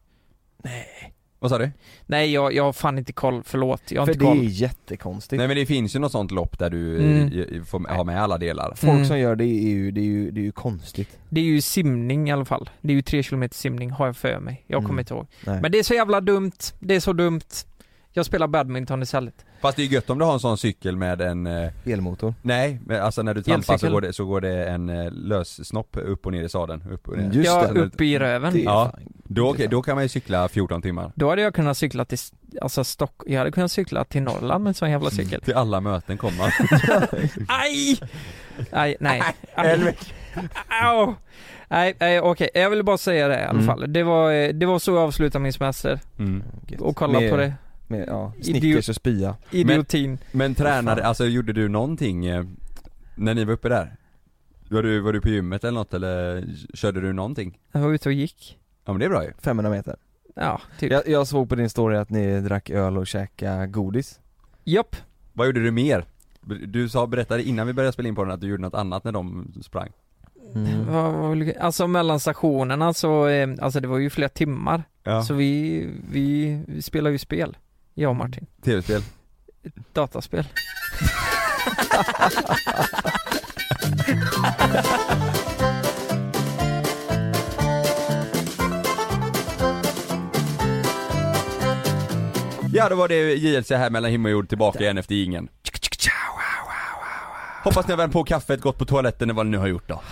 S3: Vad sa du?
S4: Nej jag, jag har fan inte koll, förlåt. Jag har
S2: För
S4: inte
S2: det är
S4: koll.
S2: jättekonstigt
S3: Nej men det finns ju något sånt lopp där du eh,
S4: Mm.
S3: i- i- får ha med alla delar.
S2: Folk
S4: Mm.
S2: som gör det är ju, det är ju, det är ju konstigt
S4: Det är ju simning i alla fall. Det är ju 3 km simning har jag för mig. Jag
S2: Mm.
S4: kommer inte ihåg.
S2: Nej.
S4: Men det är så jävla dumt. Det är så dumt. Jag spelar badminton istället.
S3: Fast det är ju gött om du har en sån cykel med en, eh,
S2: Elmotor
S3: nej, men alltså när du trampar så
S4: Elcykel.
S3: går, det, så går det en eh, lös snopp upp och ner i sadeln, upp och ner.
S2: Just
S4: jag
S2: det.
S4: uppe i röven.
S2: Det är
S3: Ja.
S2: fan-
S3: Då, okej, då kan man ju cykla 14 timmar.
S4: Då hade jag kunnat cykla till, alltså Stock... Jag hade kunnat cykla till Norrland med en sån jävla cykel.
S3: Till alla möten komma.
S2: Mm.
S4: Aj! Aj, nej. Aj. Au. Nej, nej, okej. Jag ville bara säga det i alla
S2: Mm.
S4: fall. Det var, eh, det var så jag avslutade min semester.
S3: Mm.
S2: Gött.
S4: Och kolla
S2: Med-
S4: på det.
S2: Med, ja,
S4: Idiot.
S2: Snickers och spya.
S4: Idiotin.
S3: Men tränade, alltså gjorde du någonting eh, när ni var uppe där? Var du, var du på gymmet eller något eller körde du någonting?
S4: Jag var ute och gick.
S3: Ja men det är bra ju.
S2: 500 meter.
S4: Ja, typ.
S2: Jag, jag såg på din story att ni drack öl och käkade godis.
S4: Japp.
S3: Vad gjorde du mer? Du sa, berättade innan vi började spela in på den att du gjorde något annat när de sprang. Mm.
S2: Mm.
S4: Vad- vad vill jag- Alltså mellan stationerna så, eh, alltså det var ju flera timmar.
S3: Ja.
S4: Så vi, vi spelade ju spel. Jag och Martin.
S3: Tv-spel.
S4: Dataspel.
S3: Ja då var det JLC här mellan himmel och jord tillbaka igen efter ingen. Hoppas ni har värmt på kaffet, gått på toaletten eller vad ni nu har gjort då.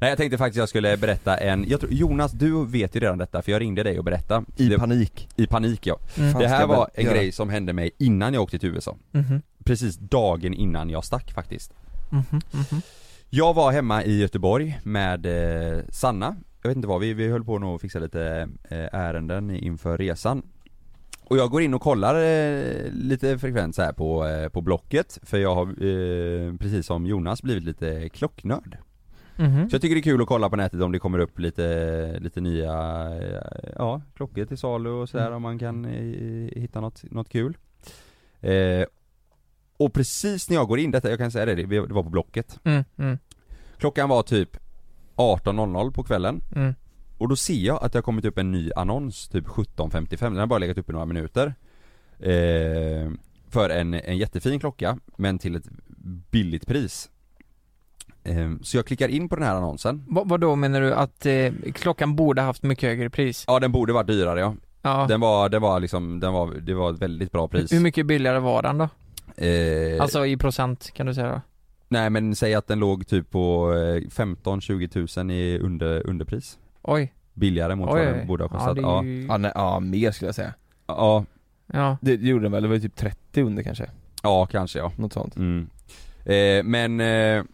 S3: Nej jag tänkte faktiskt jag skulle berätta en, jag tror, Jonas du vet ju redan detta för jag ringde dig och berättade.
S2: I
S3: Det-
S2: panik.
S3: I panik ja.
S4: Mm.
S2: Fan,
S3: Det
S2: ska
S3: här
S2: jag väl
S3: var en
S2: göra.
S3: grej som hände mig innan jag åkte till USA.
S4: Mhm.
S3: Precis dagen innan jag stack faktiskt.
S4: Mhm. Mhm.
S3: Jag var hemma i Göteborg med eh, Sanna, jag vet inte vad, vi, vi höll på nog att fixa lite eh, ärenden inför resan Och jag går in och kollar eh, lite frekvent så här på, eh, på Blocket, för jag har eh, precis som Jonas blivit lite klocknörd
S4: Mhm.
S3: Så jag tycker det är kul att kolla på nätet om det kommer upp lite, lite nya, eh, ja, klockor till salu och sådär om man kan eh, hitta något, något kul eh, Och precis när jag går in, detta, jag kan säga det, det vi- det var på Blocket
S4: Mm. Mm.
S3: Klockan var typ 18.00 på kvällen
S4: Mm.
S3: Och då ser jag att det har kommit upp en ny annons, typ 17.55, den har bara legat uppe några minuter eh, För en, en jättefin klocka, men till ett billigt pris eh, Så jag klickar in på den här annonsen
S4: Vad, vad då menar du att eh, klockan borde haft mycket högre pris?
S3: Ja den borde varit dyrare ja,
S4: Ja.
S3: den var, den var liksom, den var, det var ett väldigt bra pris
S4: Hur mycket billigare var den då?
S3: eh,
S4: Alltså i procent kan du säga då?
S3: Nej men säg att den låg typ på 15-20 tusen i under, underpris
S4: Oj,
S3: Billigare mot
S4: oj,
S3: vad
S4: oj.
S3: den borde ha kostat,
S4: det
S3: ja,
S4: är ju...
S2: Ja, nej, ja mer skulle jag säga
S3: ja,
S4: ja.
S2: Det gjorde den väl, det var ju typ 30 under kanske,
S3: ja kanske ja
S2: något sånt
S3: Mm. Eh, men eh,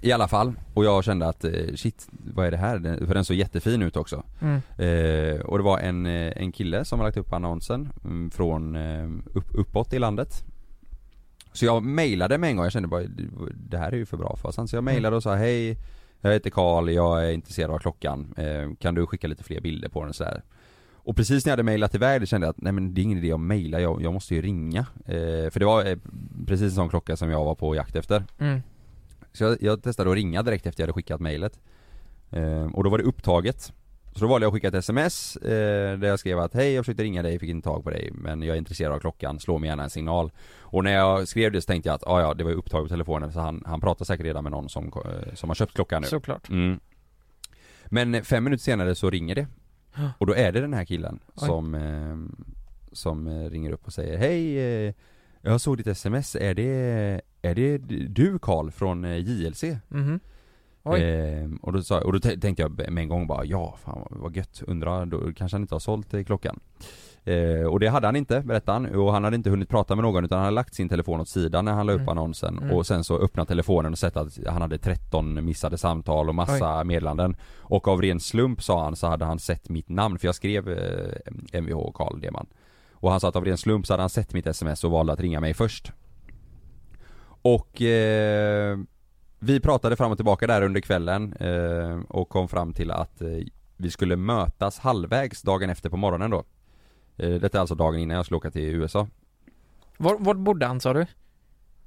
S3: i alla fall, och jag kände att eh, shit, vad är det här? Den, för den såg jättefin ut också.
S4: Mm.
S3: Eh, och det var en, eh, en kille som har lagt upp annonsen mm, från eh, upp, uppåt i landet. Så jag mejlade med en gång, jag kände bara det här är ju för bra för oss. Så jag mejlade och sa hej, jag heter Karl, jag är intresserad av klockan. Eh, kan du skicka lite fler bilder på den och sådär? Och precis när jag hade mejlat iväg det kände jag att nej men det är ingen idé att mejla, jag, jag måste ju ringa. Eh, för det var eh, precis en sån klocka som jag var på jakt efter.
S4: Mm.
S3: Så jag, jag testade att ringa direkt efter jag hade skickat mejlet. Eh, och då var det upptaget. Så då valde jag att skicka ett sms eh, där jag skrev att hej jag försökte ringa dig, fick inte tag på dig men jag är intresserad av klockan, slå mig gärna en signal. Och när jag skrev det så tänkte jag att ah, ja det var ju upptaget på telefonen så han, han pratar säkert redan med någon som, eh, som har köpt klockan nu.
S4: Såklart.
S3: Mm. Men fem minuter senare så ringer det. Och då är det den här killen
S4: Oj.
S3: som, eh, som eh, ringer upp och säger Hej, eh, jag såg ditt sms, är det, är det du Karl från eh, JLC?
S4: Mhm. Oj.
S3: Eh, och då, sa, och då t- tänkte jag med en gång bara ja, fan vad gött, undrar, då kanske han inte har sålt eh, klockan. Eh, och det hade han inte, berättade han, och han hade inte hunnit prata med någon utan han hade lagt sin telefon åt sidan när han la upp
S4: Mm.
S3: annonsen
S4: Mm.
S3: och sen så öppnade telefonen och sett att han hade 13 missade samtal och massa meddelanden. Och av ren slump sa han så hade han sett mitt namn, för jag skrev eh, MVH Karl Deman. Och han sa att av ren slump så hade han sett mitt sms och valde att ringa mig först. Och eh, vi pratade fram och tillbaka där under kvällen eh, och kom fram till att eh, vi skulle mötas halvvägs dagen efter på morgonen då. Eh, detta är alltså dagen innan jag skulle åka till USA.
S4: Var, vart bodde han sa du?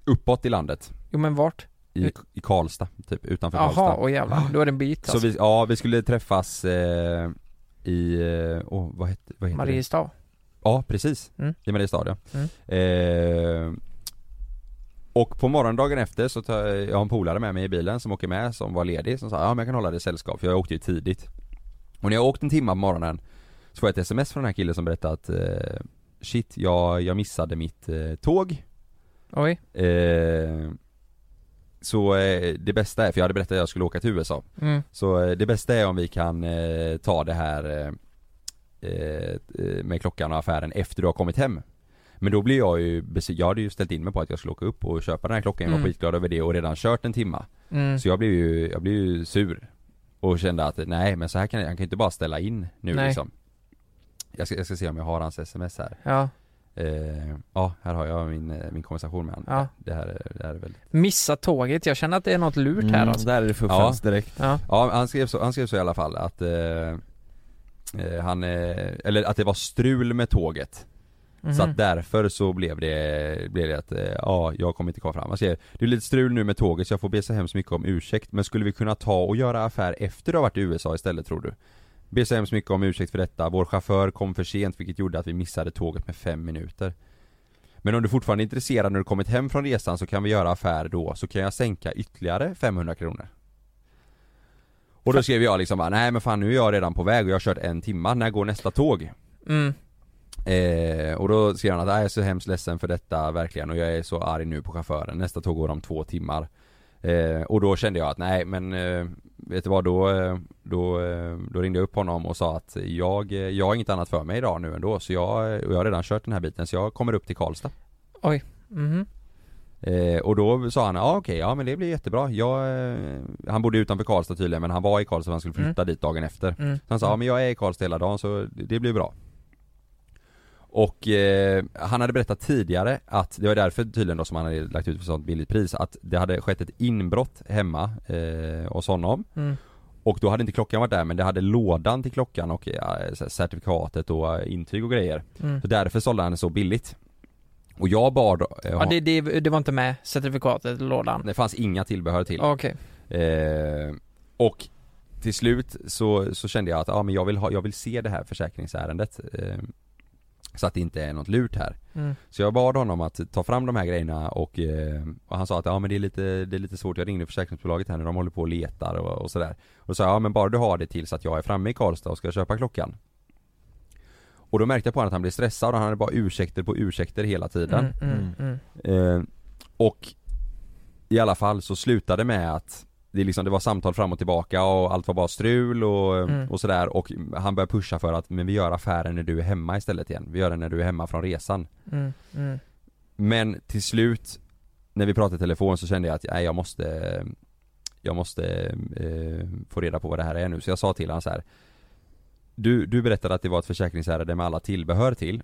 S3: Uppåt i landet.
S4: Jo men vart?
S3: I, i Karlstad, typ utanför
S4: Jaha,
S3: Karlstad.
S4: och jävlar. Då är det en bit
S3: Ah. Så
S4: alltså.
S3: vi, ja vi skulle träffas eh, i, eh, åh vad hette, vad heter det?
S4: Mariestad.
S3: Ja precis,
S4: Mm.
S3: i Mariestad ja. Eh, och på morgondagen efter så tar jag, jag har en polare med mig i bilen som åker med som var ledig som sa ja men jag kan hålla dig sällskap för jag åkte ju tidigt. Och när jag åkte en timme på morgonen så får jag ett sms från den här killen som berättade att eh, shit jag, jag missade mitt eh, tåg.
S4: Oj.
S3: Eh, så eh, det bästa är, för jag hade berättat att jag skulle åka till USA.
S4: Mm.
S3: Så eh, det bästa är om vi kan eh, ta det här eh, eh, med klockan och affären efter du har kommit hem. Men då blir jag ju bes- jag hade ju ställt in mig på att jag skulle åka upp och köpa den här klockan, jag var
S4: Mm.
S3: skitglad över det och redan kört en timma.
S4: Mm.
S3: Så jag blev ju, jag blev ju sur. Och kände att nej men så här kan jag, jag kan ju inte bara ställa in nu
S4: Nej.
S3: liksom. Jag ska, jag ska se om jag har hans sms här.
S4: Ja.
S3: Eh, ja, här har jag min, eh, min konversation med honom.
S4: Ja.
S3: Det, här, är- det här är väldigt...
S4: Missa tåget. Jag känner att det är något lurt här
S2: Mm,
S4: alltså.
S2: Där är det fuffens direkt
S4: Ja.
S3: Ja, han skrev så, han skrev så i alla fall att eh, eh, han, eh, eller att det var strul med tåget. Så
S4: Mhm.
S3: att därför så blev det, blev det att, eh, ja, jag kommer inte komma fram. Han skrev, det är lite strul nu med tåget så jag får be så hemskt mycket om ursäkt, men skulle vi kunna ta och göra affär efter du har varit i USA istället tror du? Ber så hemskt mycket om ursäkt för detta, vår chaufför kom för sent vilket gjorde att vi missade tåget med fem minuter. Men om du fortfarande är intresserad när du kommit hem från resan så kan vi göra affär då, så kan jag sänka ytterligare 500 kronor. Och då skrev jag liksom bara, nej men fan nu är jag redan på väg och jag har kört en timma, när går nästa tåg?
S4: Mm.
S3: Eh, och då skrev han att jag är så hemskt ledsen för detta verkligen och jag är så arg nu på chauffören, nästa tåg går om två timmar. Eh, och då kände jag att nej men eh, vet du vad då, eh, då, eh, då ringde jag upp honom och sa att jag, eh, jag har inget annat för mig idag nu ändå så jag, och jag har redan kört den här biten så jag kommer upp till Karlstad.
S4: Oj. Mhm.
S3: Eh, och då sa han, ja okej, ja men det blir jättebra. Jag, eh, han bodde utanför Karlstad tydligen men han var i Karlstad för han skulle flytta dit dagen efter.
S4: Mm.
S3: Så han sa, ja men jag är i Karlstad hela dagen så det blir bra. Och eh, han hade berättat tidigare att, det var därför tydligen då som han hade lagt ut för sånt billigt pris, att det hade skett ett inbrott hemma eh, hos honom.
S4: Mm.
S3: Och då hade inte klockan varit där men det hade lådan till klockan och eh, certifikatet och eh, intyg och grejer.
S4: Mm.
S3: Så därför sålde han det så billigt. Och jag bad... Eh,
S4: Ja, det, det, det var inte med certifikatet i lådan.
S3: det fanns inga tillbehör till.
S4: Okej.
S3: Eh, och till slut så, så kände jag att ja, men jag, vill ha, jag vill se det här försäkringsärendet eh, Så att det inte är något lurt här
S4: Mm.
S3: Så jag bad honom att ta fram de här grejerna och, eh, och han sa att ja, men det, är lite, det är lite svårt, jag ringde försäkringsbolaget här nu, de håller på och letar och, och sådär Och då sa jag, ja men bara du har det tills att jag är framme i Karlstad och ska köpa klockan Och då märkte jag på honom att han blev stressad och han hade bara ursäkter på ursäkter hela tiden
S4: Mm, mm, mm.
S3: Eh, och i alla fall så slutade med att det, liksom, det var samtal fram och tillbaka och allt var bara strul och, eh,
S4: Mm.
S3: och sådär och han började pusha för att men vi gör affären när du är hemma istället igen. Vi gör den när du är hemma från resan.
S4: Mm, mm.
S3: Men till slut när vi pratade i telefon så kände jag att nej, jag måste jag måste eh, få reda på vad det här är nu. Så jag sa till honom så här. Du, du berättade att det var ett försäkringsärende med alla tillbehör till.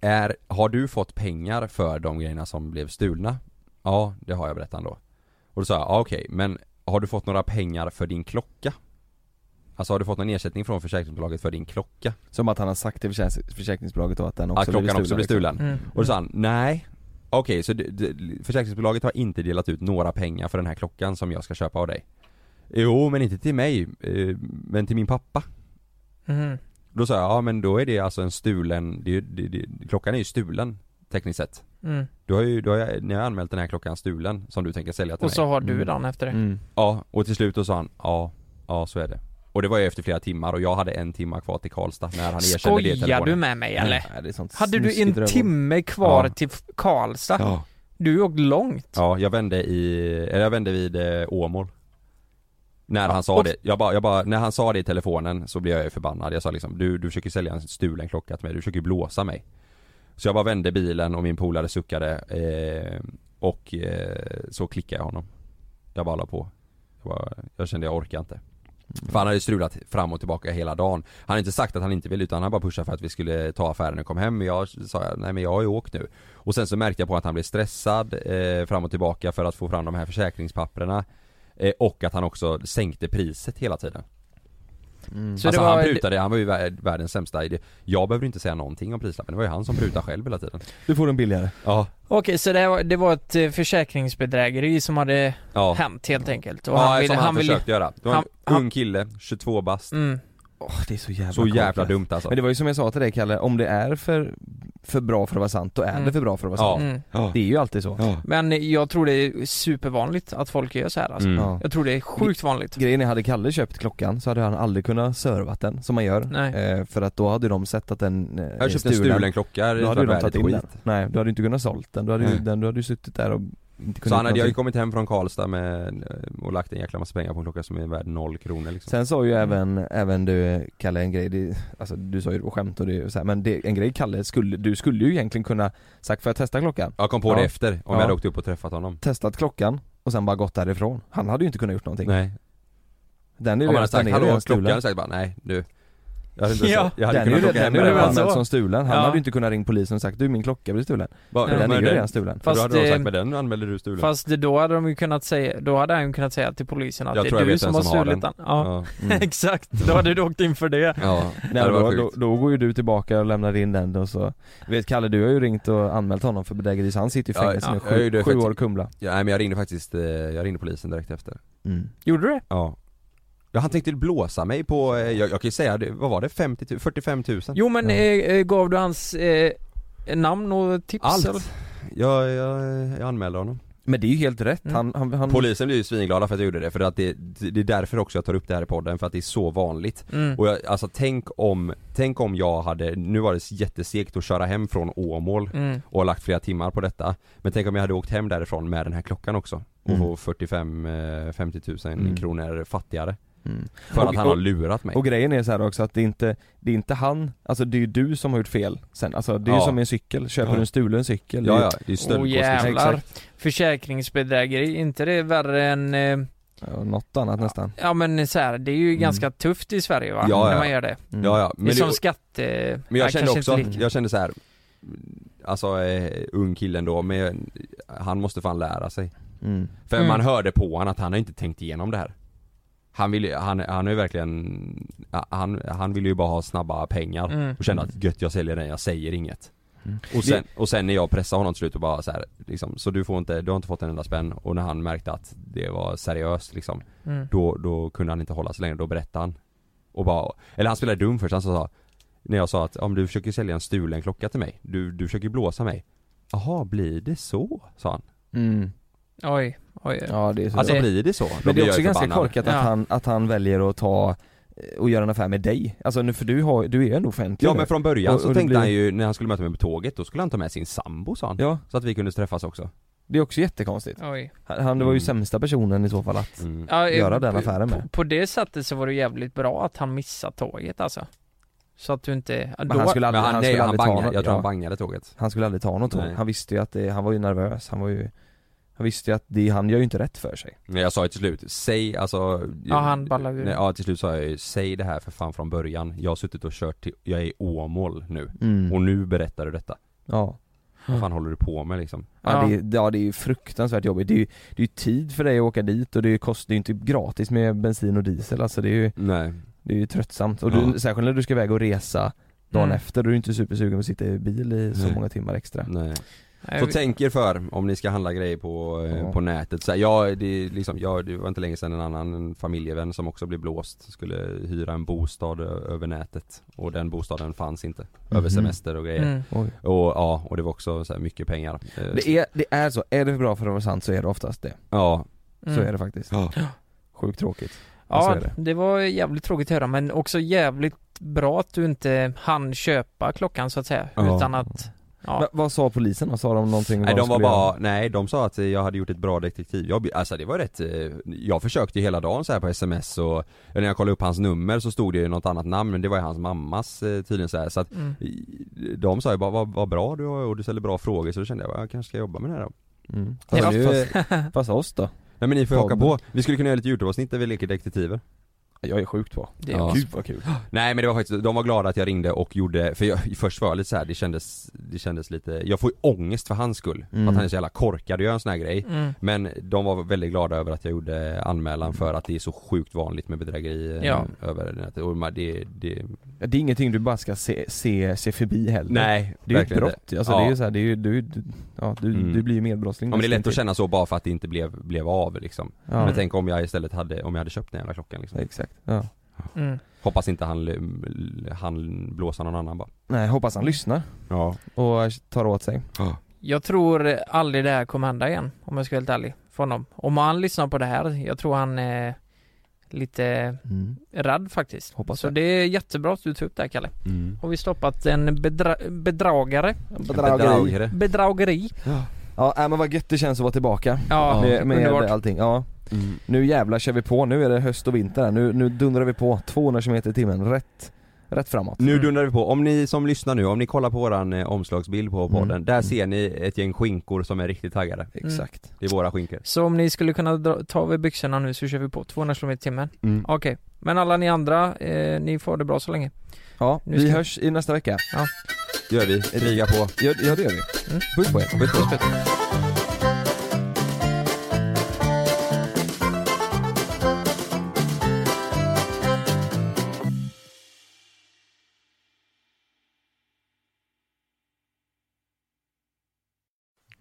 S3: Är, har du fått pengar för de grejerna som blev stulna? Ja, det har jag berättat han då. Och då sa jag, ja, okej, men har du fått några pengar för din klocka? Alltså har du fått någon ersättning från försäkringsbolaget för din klocka?
S2: Som att han har sagt till försäkrings- försäkringsbolaget då att den
S3: Att
S2: också
S3: klockan också blir
S2: liksom.
S3: stulen.
S4: Mm.
S3: Och då sa han, nej Okej, så det, det, försäkringsbolaget har inte delat ut några pengar för den här klockan som jag ska köpa av dig Jo, men inte till mig, eh, men till min pappa
S4: Mm.
S3: Då sa jag, ja men då är det alltså en stulen, det, är ju- det, det, klockan är ju stulen tekniskt sett
S4: Mm.
S3: Du har ju, du har, ni har anmält den här klockan stulen som du tänker sälja till
S4: Och så
S3: mig
S4: har du
S2: Mm.
S4: den efter det.
S2: Mm.
S3: Ja, och till slut då sa han, ja, ja så är det Och det var ju efter flera timmar och jag hade en timma kvar till Karlstad när han erkände det i
S4: Skojar
S3: telefonen.
S4: du med mig eller?
S2: Nej, det är sånt
S4: Hade du
S2: snuskigt
S4: en
S2: rövhål.
S4: timme kvar
S3: Ja.
S4: till Karlstad?
S3: Ja,
S4: Du har ju åkt långt.
S3: Ja, jag vände i, eller jag vände vid eh, Åmål När han sa
S4: och-
S3: det, jag bara, jag bara, när han sa det i telefonen så blev jag ju förbannad Jag sa liksom, du, du försöker sälja en stulen klocka till mig, du försöker ju blåsa mig Så jag bara vände bilen och min polare suckade eh, Och eh, så klickade jag honom Jag bara la på jag, bara, jag kände jag orkar inte För han hade strulat fram och tillbaka hela dagen Han hade inte sagt att han inte ville utan han bara pushade för att vi skulle ta affären och kom hem Men jag sa, nej men jag har ju åkt nu och sen så märkte jag på att han blev stressad eh, fram och tillbaka för att få fram de här försäkringspapperna eh, Och att han också sänkte priset hela tiden
S2: Mm.
S4: Så
S3: Alltså
S4: det var...
S3: han prutade, han var ju vär- världens sämsta idé Jag behöver inte säga någonting om prislappen, det var ju han som prutade själv hela tiden
S2: Du får den billigare.
S3: Ja,
S4: Okej, så det var, det var ett eh, försäkringsbedrägeri som hade
S3: ja
S4: hänt helt enkelt?
S3: Ja, han som han, försökte göra. Det var en
S4: han-
S3: ung kille, 22 bast,
S4: Mm,
S2: Åh, det är så jävla
S3: så jävla
S2: korkat.
S3: dumt alltså
S2: Men det var ju som jag sa till dig Kalle, om det är för, för bra för att vara sant, då är
S4: Mm.
S2: det för bra för att vara
S3: Ja.
S2: sant.
S4: mm.
S3: Ja.
S2: Det är ju alltid så.
S3: Ja.
S4: Men jag tror det är supervanligt att folk gör så här alltså.
S3: Mm.
S2: Ja.
S4: Jag tror det är sjukt vanligt
S2: Grejen är, hade Kalle köpt klockan så hade han aldrig kunnat servat den som man gör.
S4: Nej.
S2: Eh, för att då hade de sett att den eh,
S3: Jag köpte en stulen klocka, det
S2: Då hade
S3: var
S2: ju de
S3: värdet
S2: tagit in
S3: skit
S2: den. Nej, du hade ju inte kunnat sålt den. Du hade ju,
S3: Nej.
S2: den, du hade ju suttit där och inte kunnat
S3: Så han hade,
S2: göra
S3: jag
S2: någonting.
S3: hade kommit hem från Karlstad med, eh, och lagt en jäkla massa pengar på en klocka som är värd noll kronor liksom
S2: Sen sa ju även, även du Kalle en grej, det, alltså du sa ju det på skämt och det och så här, men det, en grej Kalle, skulle, du skulle ju egentligen kunna sagt för att testa klockan?
S3: Jag kom på det
S2: Ja.
S3: efter, om jag
S2: Ja.
S3: hade åkt upp och träffat honom
S2: Testat klockan och sen bara gått därifrån. Han hade ju inte kunnat gjort någonting.
S3: Nej,
S2: Den är ju
S3: Om man hade
S2: redan-
S3: sagt
S2: den är ju
S3: alltså, hallå,
S2: redan
S3: klockan
S2: stulen.
S3: hade sagt bara nej du Jag hade, inte
S4: Ja.
S3: sagt- jag hade
S2: Den är
S3: kunnat
S2: ju
S3: plocka
S2: redan,
S3: hem
S2: den är
S3: den
S2: ju
S4: det
S3: bara,
S2: redan
S4: var så.
S2: anmäld som stulen. Han
S4: Ja.
S2: hade ju inte kunnat ringa polisen och sagt du min klocka blev stulen.
S3: bara,
S2: För den är
S3: men
S2: ju
S3: det-
S2: redan stulen.
S3: För då
S4: Fast,
S3: hade de sagt
S4: eh,
S3: men den anmälde du stulen
S4: Fast då hade de ju kunnat säga, då hade han ju kunnat säga till polisen att
S3: Jag
S4: det
S3: tror
S4: är
S3: jag
S4: du
S3: vet
S4: som
S3: vem
S4: har
S3: som har
S4: stulit den Ja,
S3: Ja,
S2: Mm.
S4: exakt, då hade du åkt in för det
S3: ja.
S2: Nej,
S3: det
S2: men
S3: var
S2: då, då,
S3: sjukt
S2: då går ju du tillbaka och lämnar in den och så Du vet Kalle, du har ju ringt och anmält honom för bedrägeri så han sitter i
S3: Ja,
S2: fängelse
S3: ja,
S2: nu,
S3: jag är ju
S2: sju,
S3: det
S2: sju
S3: för-
S2: år Kumla
S3: ja, Nej men jag ringde faktiskt, eh, jag ringde polisen direkt efter
S2: mm.
S4: Gjorde du det?
S3: Ja Ja han tänkte blåsa mig på, eh, jag, jag kan ju säga, det- vad var det? 50 000, 45 000?
S4: Jo men
S2: Ja.
S4: eh, eh, gav du hans eh, namn och tips eller?
S3: Allt! Jag, jag, jag anmälde honom
S2: Men det är ju helt rätt,
S4: Mm.
S2: han, han, han
S3: Polisen blev ju svinglada för att jag gjorde det, för att det, det är därför också jag tar upp det här i podden, för att det är så vanligt
S4: Mm.
S3: Och jag, alltså tänk om, tänk om jag hade, nu var det jättesegt att köra hem från Åmål
S4: Mm.
S3: och har lagt flera timmar på detta Men tänk om jag hade åkt hem därifrån med den här klockan också och
S2: Mm.
S3: få 45-50 000
S2: Mm.
S3: kronor fattigare
S2: mm.
S3: För
S2: Och-
S3: att han har lurat mig
S2: Och grejen är så här också att det är inte, det är inte han, alltså det är ju du som har gjort fel sen, alltså det är ju
S3: Ja.
S2: som en cykel, köper
S3: Ja.
S2: du en stulen cykel det är
S3: Ja
S2: ju-
S3: ja, det är ju
S4: Oh,
S3: stöldgods liksom.
S4: jävlar.
S2: Exakt.
S4: Försäkringsbedrägeri, inte det är värre än eh,
S2: ja, något annat nästan
S4: Ja men så här, det är ju ganska tufft i Sverige va?
S3: Ja,
S4: när
S3: ja.
S4: man gör det.
S2: Mm.
S3: Ja ja,
S4: Det är
S3: men, det,
S4: som skatte...
S3: men jag
S4: Ja,
S3: kände
S4: kanske
S3: också,
S4: inte lika.
S3: jag kände så här Alltså eh, ung killen då, men jag- han måste fan lära sig
S2: Mm.
S3: För
S4: Mm.
S3: man hörde på han att han har inte tänkt igenom det här Han vill ju, han, han är ju verkligen, han, han vill ju bara ha snabba pengar
S4: Mm.
S3: och känna att gött jag säljer den, jag säger inget
S2: Mm.
S3: Och sen, och sen när jag pressade honom till slut och bara så här, liksom, så du får inte, du har inte fått en enda spänn och när han märkte att det var seriöst liksom
S4: Mm.
S3: då, då kunde han inte hålla sig längre, då berättade han Och bara, eller han spelade dum först, han sa När jag sa att om du försöker sälja en stulen klocka till mig, du, du försöker blåsa mig Jaha, blir det så? sa han
S2: Mm.
S4: Oj, oj. oj.
S2: Ja det är så.
S3: Alltså
S4: det-
S3: blir det så? Då
S2: Men det
S3: blir
S2: är
S3: jag
S2: också
S3: ju
S2: ganska
S3: förbannad.
S2: korkat att,
S4: Ja.
S2: han, att han väljer att ta eh, och göra en affär med dig. Alltså nu, för du, har, du är ju ändå offentlig
S3: Ja
S2: nu.
S3: men från början
S2: Och-
S3: så
S2: och det
S3: tänkte
S2: blir-
S3: han ju, när han skulle möta mig på tåget, då skulle han ta med sin sambo sa han
S2: Ja,
S3: Så att vi kunde träffas också
S2: det är också jättekonstigt.
S4: oj.
S2: Han han var ju
S3: Mm.
S2: sämsta personen i så fall att
S3: mm.
S4: Ja, eh,
S2: göra den
S4: på-
S2: affären med.
S4: På, på det sättet så var det jävligt bra att han missade tåget alltså. Så att du inte...
S2: Men han skulle aldrig,
S3: Men han,
S2: han,
S3: nej,
S2: skulle
S3: han
S2: aldrig ta
S3: bangade,
S2: något.
S3: jag tror han
S2: ja.
S3: bangade tåget
S2: han skulle aldrig ta något tåg.
S3: Nej.
S2: Han visste ju att det, han var ju nervös, han var ju Han visste ju att det, han gör ju inte rätt för sig.
S3: Nej jag sa ju till slut, säg alltså
S4: Ja, han ballade ur.
S3: Nej, Ja till slut sa jag ju, säg det här för fan från början Jag har suttit och kört till, jag är i Åmål nu
S2: Mm.
S3: Och nu berättar du detta
S2: Ja.
S3: Vad
S2: Mm.
S3: fan håller du på med liksom?
S2: Ja,
S4: Ja.
S2: det, är- ja det är ju fruktansvärt jobbigt. Det är ju, det är ju tid för dig att åka dit och det kostar ju inte gratis med bensin och diesel alltså det är ju,
S3: Nej
S2: det är ju tröttsamt. Och
S3: Ja.
S2: du, särskilt när du ska iväg och resa dagen
S4: Mm.
S2: efter då är du inte supersugen på att sitta i bil i så
S3: Nej.
S2: många timmar extra.
S3: Nej.
S4: Nej,
S3: Så
S4: vi-
S3: tänk er för om ni ska handla grejer på, eh,
S2: Ja.
S3: på nätet. Så här, ja, det, är liksom, ja, det var inte länge sedan en annan en familjevän som också blev blåst skulle hyra en bostad ö- över nätet och den bostaden fanns inte. Över
S2: Mhm.
S3: semester och grejer.
S4: Mm.
S2: Oj.
S3: Och ja, och det var också så här, mycket pengar. Eh,
S2: Det är, det är så, är det för bra för att vara sant så är det oftast det.
S3: Ja.
S2: Så
S3: Mm.
S2: är det faktiskt.
S3: Ja.
S2: Sjukt tråkigt. Ja, så
S4: mm. Ja,
S2: är det.
S4: det var jävligt tråkigt att höra men också jävligt bra att du inte hann köpa klockan så att säga.
S3: Ja.
S4: Utan att... Ja.
S2: Men vad sa polisen då? Sa de någonting? om
S3: Nej
S2: vad
S3: de var
S2: skulle
S3: bara, nej de sa att eh, jag hade gjort ett bra detektivjobb, alltså det var rätt, eh, jag försökte ju hela dagen så här på sms och när jag kollade upp hans nummer så stod det ju något annat namn men det var ju hans mammas eh, tydligen så här så att
S4: Mm.
S3: De sa ju bara vad, vad bra du har och du ställer bra frågor så då kände jag jag kanske ska jobba med det här då.
S2: göra? Mm.
S4: Det var-
S2: Fast, fast, fast oss då?
S3: Nej men ni får ju haka
S2: Podden.
S3: på, vi skulle kunna göra lite Youtube-avsnitt där vi leker detektiver
S2: Jag är sjukt på.
S4: Det
S3: Ja.
S2: Gud vad kul.
S3: Nej men det var faktiskt, de var glada att jag ringde och gjorde, för jag, först var jag lite så här, det kändes, det kändes lite, jag får ju ångest för hans skull,
S2: Mm.
S3: för att han är så jävla korkad och gör en sån här grej
S4: Mm.
S3: Men de var väldigt glada över att jag gjorde anmälan för att det är så sjukt vanligt med bedrägeri eh,
S4: Ja.
S3: över nätet och man- det, det,
S2: Det är ingenting du bara ska se, se, se förbi heller.
S3: nej
S2: Det är ju ett
S3: verkligen inte.
S2: brott. Alltså
S3: Ja.
S2: det är ju så här, det är ju, du, du, ja, du,
S3: Mm.
S2: du blir ju medbrottsling.
S3: Ja men det är lätt
S2: nästan
S3: att känna så bara för att det inte blev, blev av liksom
S2: till. Ja,
S3: Men tänk om jag istället hade, om jag hade köpt den jävla klockan liksom.
S2: exakt. Ja.
S4: Mm.
S3: Hoppas inte han, l- han blåser någon annan bara
S2: Nej, hoppas han lyssnar
S3: Ja
S2: och tar åt sig.
S4: Jag tror aldrig det här kommer hända igen om jag ska vara helt ärlig. För honom. Om han lyssnar på det här, jag tror han är lite
S3: Mm.
S4: rädd faktiskt.
S2: Hoppas
S4: Så
S2: det.
S4: det är jättebra att du tog upp det här Kalle. Har vi stoppat en bedra- bedragare?
S3: Bedragare
S4: Bedrageri?
S2: Ja äh, men vad gött det känns att vara tillbaka.
S4: Ja, Mm.
S2: med med
S4: underbart.
S2: allting. Ja. Nu jävlar kör vi på, nu är det höst och vinter här. Nu, nu dundrar vi på 200 km i timmen, rätt, rätt framåt.
S3: Nu
S4: Mm.
S3: dundrar vi på, om ni som lyssnar nu, om ni kollar på våran eh, omslagsbild på podden,
S2: Mm.
S3: där ser ni ett gäng skinkor som är riktigt taggade
S4: Mm.
S2: Exakt.
S3: Det är våra skinkor
S4: Så om ni skulle kunna dra, ta av er byxorna nu så kör vi på 200 km i timmen.
S2: Mm.
S4: Okej, men alla ni andra, eh, ni får det bra så länge.
S2: Ja,
S4: Nu
S2: vi
S4: ska-
S2: hörs i nästa vecka.
S3: Gör vi, kriga på
S2: Ja, ja det gör vi.
S4: Mm.
S2: Puss på er.
S3: Puss på er.